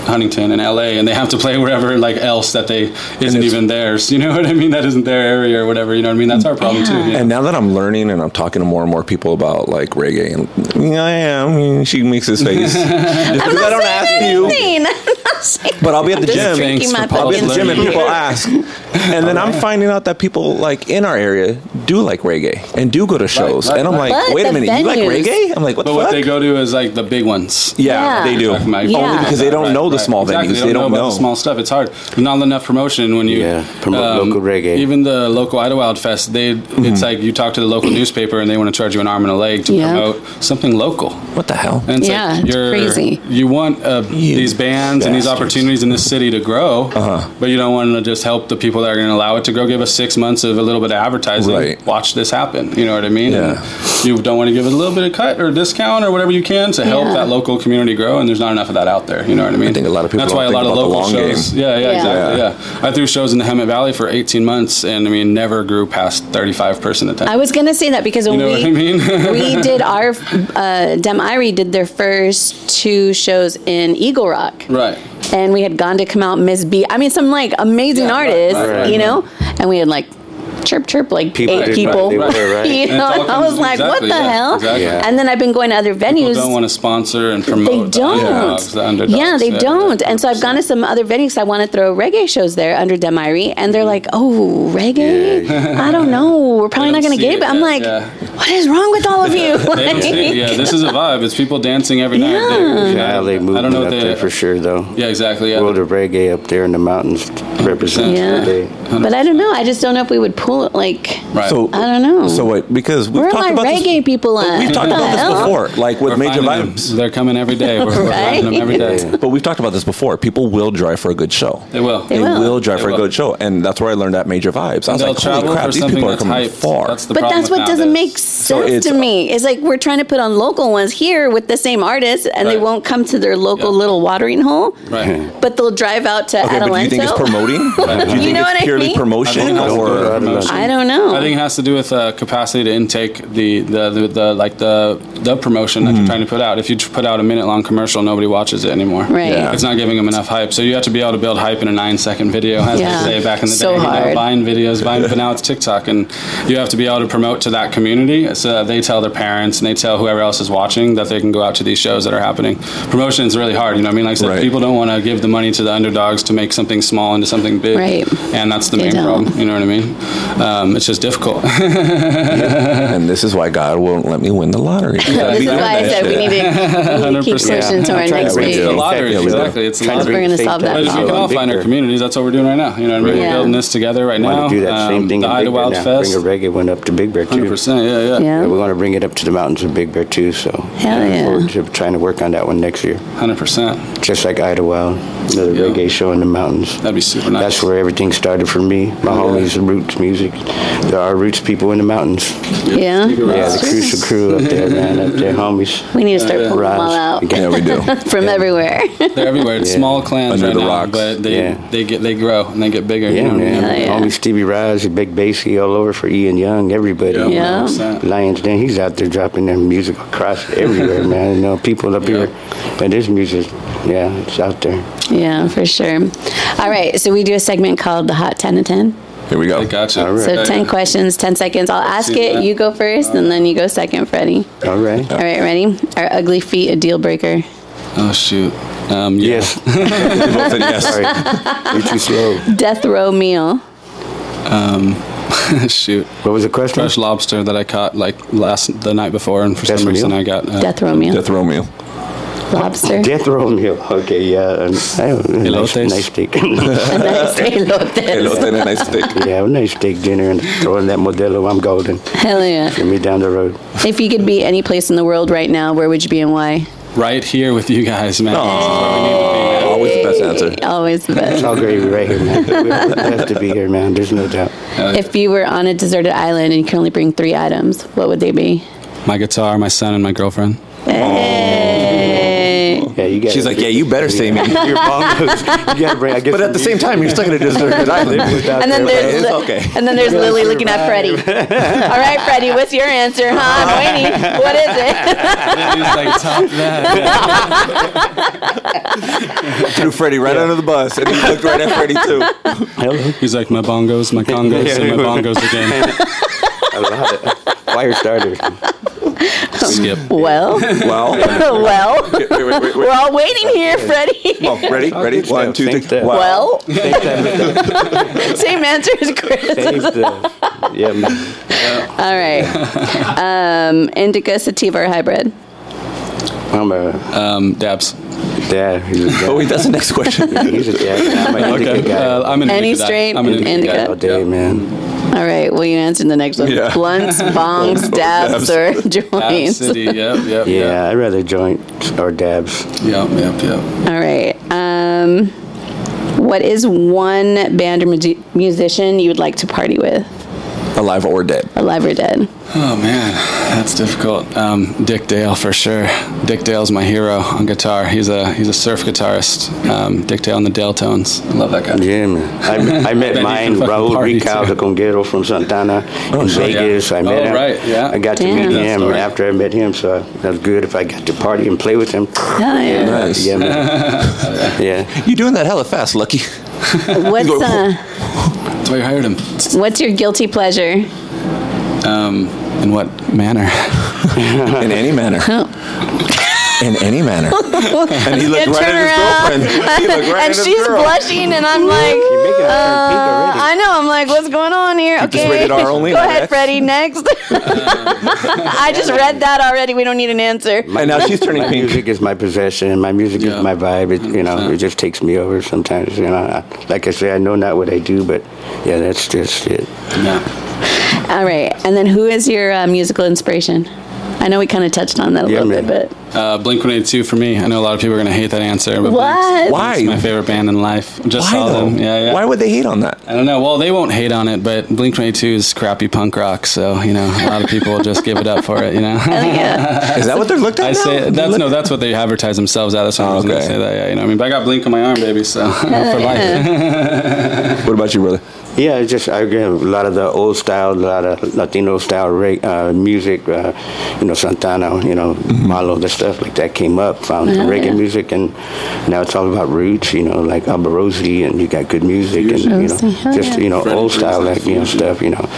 Huntington and LA, and they have to play wherever like else that they isn't even theirs. You know what I mean? That isn't their area or whatever. You know what I mean? That's our problem too.
Yeah.
you know?
And now that I'm learning and I'm talking to more and more people about like reggae, and yeah, I am. she makes his face. Just 'cause I don't ask you,
Insane. I'm not saying-
but I'll be at the
Just
gym.
drinking
Thanks
my
for
I'll be at the
public
gym and
learning.
people ask, and then I'm finding out that people like in our area do like reggae and do go to shows,
right,
and I'm
right.
like,
But
wait a
the
minute, you like
venues-
reggae? I'm like, what
But
the
what
fuck?
they go to is like the big ones.
yeah,
Yeah.
they do.
Talking about
Yeah.
people like
Because
they
that,
don't know the small
Exactly.
venues. They don't
about
know.
the small stuff. It's hard. There's not enough promotion when you um,
Yeah, promote local reggae.
Even the local Idlewild Fest, they
Mm-hmm.
it's like you talk to the local newspaper and they want to charge you an arm and a leg to
Yeah.
promote something local.
What the hell?
And it's
Yeah,
like
it's
you're,
crazy.
You want uh, these bands and these
bastards. Uh-huh.
opportunities in this city to grow, but you don't want to just help the people that are going to allow it to grow. Give us six months of a little bit of advertising.
Right.
Watch this happen. You know what I mean?
Yeah.
And you don't want to give it a little bit of cut or discount or whatever you can to help
Yeah.
that local community grow. And there's not enough of that out there. You know what I mean?
I think a lot of people
That's
don't
why a
think
lot of
about the
local
long
shows.
game.
Yeah, yeah,
Yeah.
exactly.
Yeah.
Yeah. I threw shows in the Hemet Valley for 18 months, and I mean, never grew past 35 person attendance.
I was gonna say that because when
know
we
what I mean?
we did our uh, Dem Irie did their first two shows in Eagle Rock,
right.
and we had Gonda come out, Miss B. I mean, some like amazing
Yeah, right,
artists,
right,
right,
you
right.
know, and we had like chirp chirp like
People
eight
did
people.
what they were, right?
You
And it's
know,
all
and I
comes-
was like,
exactly,
what the
yeah,
hell?
exactly.
Yeah.
And then I've been going to other venues.
People don't want to sponsor and
They
promote. the
don't.
underdogs, the underdogs,
yeah, they don't. And so I've
100%.
gone to some other venues. 'cause I want to throw reggae shows there under Demiri, and
Mm.
they're like, "Oh, reggae? I don't know. We're probably
They
not
don't
going to
see
get it."
it
But I'm
yet,
like,
yeah.
"What is wrong with all of you?"
They don't see it. Yeah, this is a vibe. It's people dancing every night.
Yeah.
They-
Yeah, they moved
I don't know
up
what they
there for sure, though.
Yeah, exactly. Yeah.
World of reggae up there in the mountains represents
Yeah.
reggae.
but I don't know. I just don't know if we would pull it. Like,
Right.
So
I don't know.
So what? Because we've
where are
talked
my
about this-
reggae people at?
We've talked
What
about
the
this
hell?
before, like with
We're
major
finding them.
vibes.
They're coming every day. We're, we're finding them every
Right?
day.
But we've talked about this before. People will drive for a good show.
They will.
They,
They
will.
will.
drive
They
for a
will.
good show, and that's where I learned that major vibes. I was
They'll
like, holy
travel
crap,
for
these
something
people are
that's
coming
hyped.
far.
That's the
But
problem
that's
with
what doesn't
nowadays.
make sense
it's-
to me. It's like we're trying to put on local ones here with the same artists, and they
Right.
won't come to their local
Yeah.
little watering hole.
Right.
But they'll drive out to
Okay,
Adelanto.
but do you think it's promoting? do you
You
think
know what
it's
I
purely
mean?
I
promotion,
think that's
good. I
or
don't know.
I don't know.
I think it has to do with uh, capacity to intake the, the, the, the like the the promotion that you're trying to put out. If you tr- put out a minute long commercial, nobody watches it anymore.
Right. Yeah.
It's not giving them enough hype. So you have to be able to build hype in a nine second video, as
Yeah.
they say back in the
So
day. You know,
hard.
Vine videos, Vine, but now it's TikTok, and you have to be able to promote to that community so that they tell their parents and they tell whoever else is watching that they can go out to these shows that are happening. Promotion is really hard. You know, what I mean, like I said,
Right.
people don't want to give the money to the underdogs to make something small into something big,
Right.
and that's the
They
main
don't.
problem. You know what I mean? Um, it's just difficult.
and this is why God won't let me win the lottery.
this is why I said we need to, we need to keep
100%.
pushing to our
I'm trying
next
to
reach
week.
the
It's a lottery,
Yeah, we do.
exactly. It's a
Trying to
lottery.
We're gonna
bring
solve
faith
that
But
back
if we
problem.
can all find our
Victor.
communities, that's what we're doing right now. You know what I mean?
Yeah.
We're building this together right
want
now.
to do that same
Um,
thing
the
in Big Bear
Idlewild
now.
Fest.
Bring a reggae one up to Big Bear too.
100%. Yeah, yeah.
Yeah.
And we want to bring it up to the mountains of Big Bear too. So
Hell
looking
yeah.
forward to trying to work on that one next year.
100%.
Just like Idlewild, another
Yeah.
reggae show in the mountains.
That'd be super nice.
That's where everything started for me. My homies, roots music. There are roots people in the mountains.
Yeah.
Yeah, the crucial crew up there, man, up there, homies.
We need to start pulling them all out
Raj.
yeah, we do.
from everywhere.
They're everywhere. It's
Yeah.
small clans
Under
right
the
now,
rocks.
but they
Yeah.
they get they grow and they get bigger. you
Yeah,
know what I
man.
mean?
Yeah, yeah.
Homie Stevie Rise, Big Basie, all over for Ian Young, everybody.
Yeah,
Yeah.
100%.
Lions Den, he's out there dropping their music across everywhere, man. You know, people up
Yeah.
here, and this music, yeah, it's out there.
yeah, for sure. All right, so we do a segment called the Hot 10 to 10.
Here we
I
go.
gotcha.
All right.
So
Yeah.
10 questions, 10 seconds. I'll ask
see
it,
that.
you go first, and then you go second, Freddie.
All right.
All right, ready? Are ugly feet a deal breaker?
Oh, shoot. Um, yeah.
Yes.
We both said yes.
Sorry. You're too slow.
Death row meal.
um, shoot.
What was the question?
Fresh lobster that I caught like last the night before, and for
That's
some
real?
reason I got uh,
Death row meal.
Death row meal.
Lobster.
Death row meal. Okay, yeah. And I have a nice,
Elotes.
nice steak.
A nice elotes.
Elote and a nice steak.
yeah, a nice steak dinner and throwing that Modelo. I'm golden.
Hell yeah.
Get me down the road.
If you could be any place in the world right now, where would you be and why?
right here with you guys, man.
Always best answer.
Always the best.
It's all gravy right here, man. We're blessed to be here, man. There's no doubt.
If you were on a deserted island and you can only bring three items, what would they be?
My guitar, my son, and my girlfriend.
Hey.
Yeah, you got.
She's like, yeah, you better save me.
Your bongos. You gotta bring. I guess.
But at the same time, you're stuck in a deserted island.
And then there's
It's
Li-
okay.
and then there's Lily looking at Freddie. All right, Freddie, what's your answer? Huh? I'm waiting. What is it?
Threw Freddie right under the bus, and he looked right at Freddie too.
Hello.
He's like my bongos, my congos, and my bongos again.
I love it. Fire starter.
Skip.
Well,
Well,
well,
wait, wait, wait,
we're
wait.
all waiting here, Freddie.
Well, ready, ready.
good
One,
stuff.
two,
Think
three.
that.
Wow.
Well, same answer as Chris.
Save the. Yeah, man.
All right. Um, indica sativa or hybrid?
I'm a
Um, dabs.
dad. He's a
Oh
dad.
wait, that's the next question.
He's a dad. I'm an indica
Okay.
guy.
Uh, I'm an
Any
indica dab.
straight
I'm an indica
indica?
dab.
all day, man.
All right. Well, you answered the next one.
Yeah.
Blunts, bongs, dabs, or
Dab
joints.
City. Yep. Yep.
Yeah,
Yep.
I'd rather joint or dabs.
Yep. Yep. Yep.
All right. Um, what is one band or mu- musician you would like to party with,
Alive or dead?
alive or dead?
Oh man, that's difficult. Um, Dick Dale for sure. Dick Dale's my hero on guitar. He's a he's a surf guitarist. Um, Dick Dale and the Dale Tones. I love that guy.
Yeah, man. I, I met
Then you
mine,
can fucking
Raul
party,
Rical,
too.
the conguero from Santana in
sure, yeah.
Vegas. I met
Oh,
him.
right, yeah.
I got
Damn.
to meet
That
him
story.
after I met him, so that was good if I got to party and play with him.
Oh, yeah.
Nice.
Yeah, man. yeah.
You're doing that hella fast, Lucky.
What's uh,
That's why you hired him.
what's your guilty pleasure?
Um, in what manner?
In any manner. In any manner. And he looked
Yeah,
right
turn
at
around.
his girlfriend. He looked right at
and
his
she's
girl.
blushing, and I'm like,
You're making her turn pink
uh,
already.
I know. I'm like, what's going on here?
just
Okay,
rated R only,
go
I
ahead,
guess.
Freddie. Next. I just read that already. We don't need an answer.
And now she's turning
My
pink.
music is my possession. My music
Yeah.
is my vibe. It, you know,
100%.
it just takes me over sometimes. You know, I, like I say, I know not what I do, but yeah, that's just it.
Yeah.
All right, and then who is your uh, musical inspiration? I know we kind of touched on that a
Yeah,
little
man.
bit, but
Uh, Blink 182 for me. I know a lot of people are gonna hate that answer, but Blink's-
what?
Why?
It's my favorite band in life. Just
Why
saw
though?
them. Yeah, yeah.
Why would they hate on that?
I don't know. Well, they won't hate on it, but Blink 22 is crappy punk rock, so you know a lot of people will just give it up for it. You
oh,
know,
Is that what they're looked at
I
now?
say that's no, that's what they advertise themselves at. That's why I was gonna
Okay.
say that. Yeah, you know, I mean, but I got Blink on my arm, baby, so for life.
What about you, brother?
Yeah, it's just I agree. A lot of the old style, a lot of Latino style reg, uh, music, uh, you know, Santana, you know, Malo, the stuff like that came up. Found
Oh,
reggae
yeah.
music, and now it's all about roots, you know, like Albarosi, and you got good music, and you know,
Rosie, hell
just
yeah.
you know,
Freddie
old style
Freeze,
like you know
Fusion.
stuff, you know,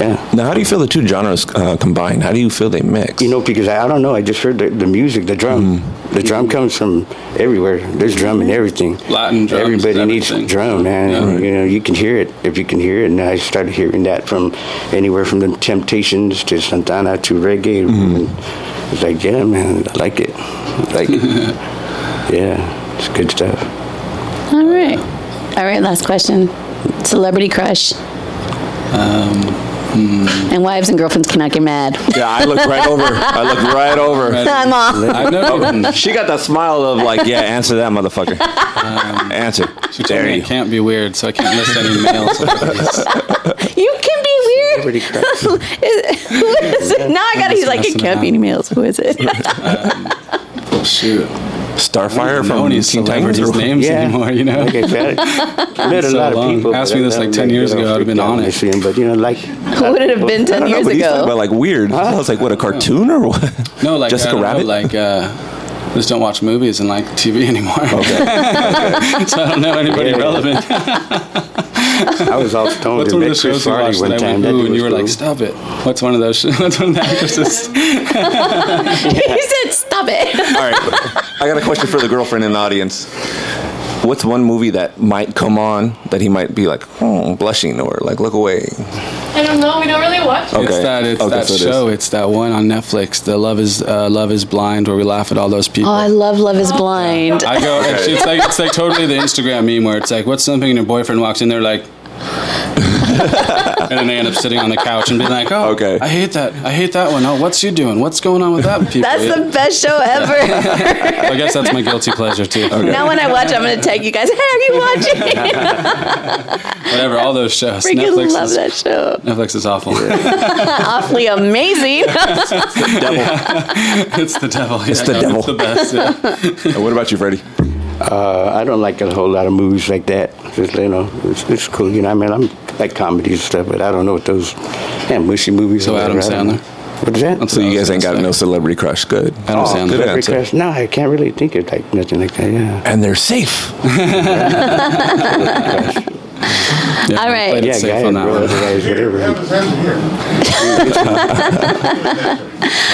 yeah.
Now, how do you feel the two genres uh, combined? How do you feel they mix?
You know, because I, I don't know. I just heard the, the music, the drum.
Mm-hmm.
The
Mm-hmm.
drum comes from everywhere. There's drum in everything.
Latin drums,
Everybody needs
everything.
drum, man.
Yeah.
And, You know, you can hear it if you can hear it. And I started hearing that from anywhere from the Temptations to Santana to reggae.
Mm-hmm.
And it's like, yeah, man, I like it. I like it. yeah, it's good stuff.
All right, all right. Last question: celebrity crush.
Um, hmm.
And wives and girlfriends cannot get mad.
yeah, I looked right over. I looked right over.
I'm off.
I know.
She got that smile of like, yeah, answer that motherfucker. answer.
Um, She told
There
me I
you.
can't be weird, so I can't list any males.
You can be weird.
Pretty crap.
Who is it? Now I got to. He's like, it can't be any males. Who is it?
Oh,
Shoot,
Starfire
no
from
any
Teen Titans.
celebrities' names
Yeah.
anymore. You know.
Like I said, I met a
So
lot
long.
of people.
Ask
but
me
I-
this, like,
I'm
10 years ago, I'd have been
I
on it.
see 'em, But, you know, like. Who
would it have been
I
10
don't know,
years
but he's talking
ago?
about like weird. I was like, what, a cartoon or what?
Oh. No, like
Jessica
I don't know,
Rabbit.
like uh, just don't watch movies and like TV anymore. so I don't know anybody
Yeah, yeah.
relevant.
I was all stoned
What's
and
one of the
met Chris
shows you
Farley
watched
one
that I
time.
went,
That dude
ooh, and
was
you were like,
cool.
stop it. What's one of those? Shows? What's one of the actresses?
he said, stop it.
All right, I got a question for the girlfriend in the audience. What's one movie that might come on that he might be like, hmm, blushing or like, look away?
I don't know. We don't really watch.
Okay.
it.
It's that. It's
Okay,
that
so it is.
show. It's that one on Netflix. The Love is uh, Love is Blind, where we laugh at all those people.
Oh, I love Love Is Blind.
I go. It's, it's like it's like totally the Instagram meme where it's like, what's something your boyfriend walks in there like. and then they end up sitting on the couch and being like, "Oh,
Okay.
I hate that. I hate that one. Oh, what's you doing? What's going on with that people?"
That's
Yeah.
the best show ever.
I guess that's my guilty pleasure too.
Now when I watch, it, I'm gonna tag you guys. Hey, are you watching?
Whatever, all those shows.
Freaking
Netflix
love
is,
that show.
Netflix is awful.
Awfully amazing.
it's the devil. Yeah,
the
no,
devil.
It's the best. yeah.
What about you, Freddie?
Uh, I don't like a whole lot of movies like that. Just, you know, it's, it's cool. You know, I mean, I'm like comedies and stuff, but I don't know what those damn mushy movies.
So
are,
Adam
I don't know.
Sandler?
What is that?
That's
So you
I
guys
was
ain't
gonna
got
say.
no celebrity crush. Good.
Adam
Oh,
Sandler.
Good
Celebrity
answer.
Crush? No, I can't really think of like nothing like that. Yeah.
And they're safe.
Yeah,
All
we
right.
played it
Yeah,
safe
guy
on
and
that
girl,
one,
otherwise, whatever.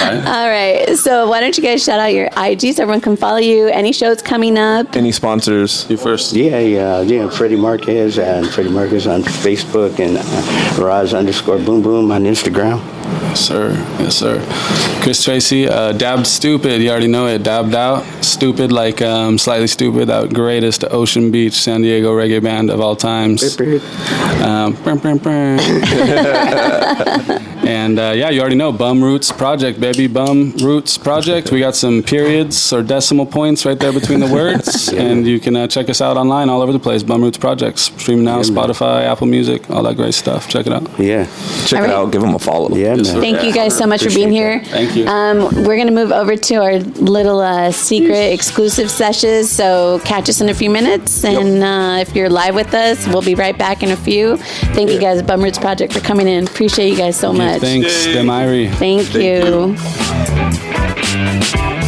right?
All right. So why don't you guys shout out your IGs? Everyone can follow you. Any shows coming up?
Any sponsors?
You first.
Yeah, yeah, yeah. Freddie Marquez and Freddie Marquez on Facebook and uh, Roz underscore Boom Boom on Instagram.
Yes, sir. Yes, sir. Chris Tracy, uh, dabbed stupid. You already know it. Dabbed out. Stupid, like um, slightly stupid. That greatest Ocean Beach, San Diego reggae band of all times. Um, brum, brum, brum. and uh, yeah, you already know Bum Roots Project, baby. Bum Roots Project. We got some periods or decimal points right there between the words. And you can uh, check us out online all over the place. Bum Roots Project. Stream now, Spotify, Apple Music, all that great stuff. Check it out.
Yeah,
Check
All
it
right.
out. Give them a follow.
Oh, yeah, man.
sir.
Thank you guys so much for being here.
Appreciate
Thank you.
Um, we're going to move over to our little uh, secret exclusive sessions. So catch us in a few minutes. And uh, if you're live with us, we'll be right back in a few. Thank you guys, Bum Roots Project, for coming in. Appreciate you guys so much.
Thanks, Demiri.
Thank you.
Thank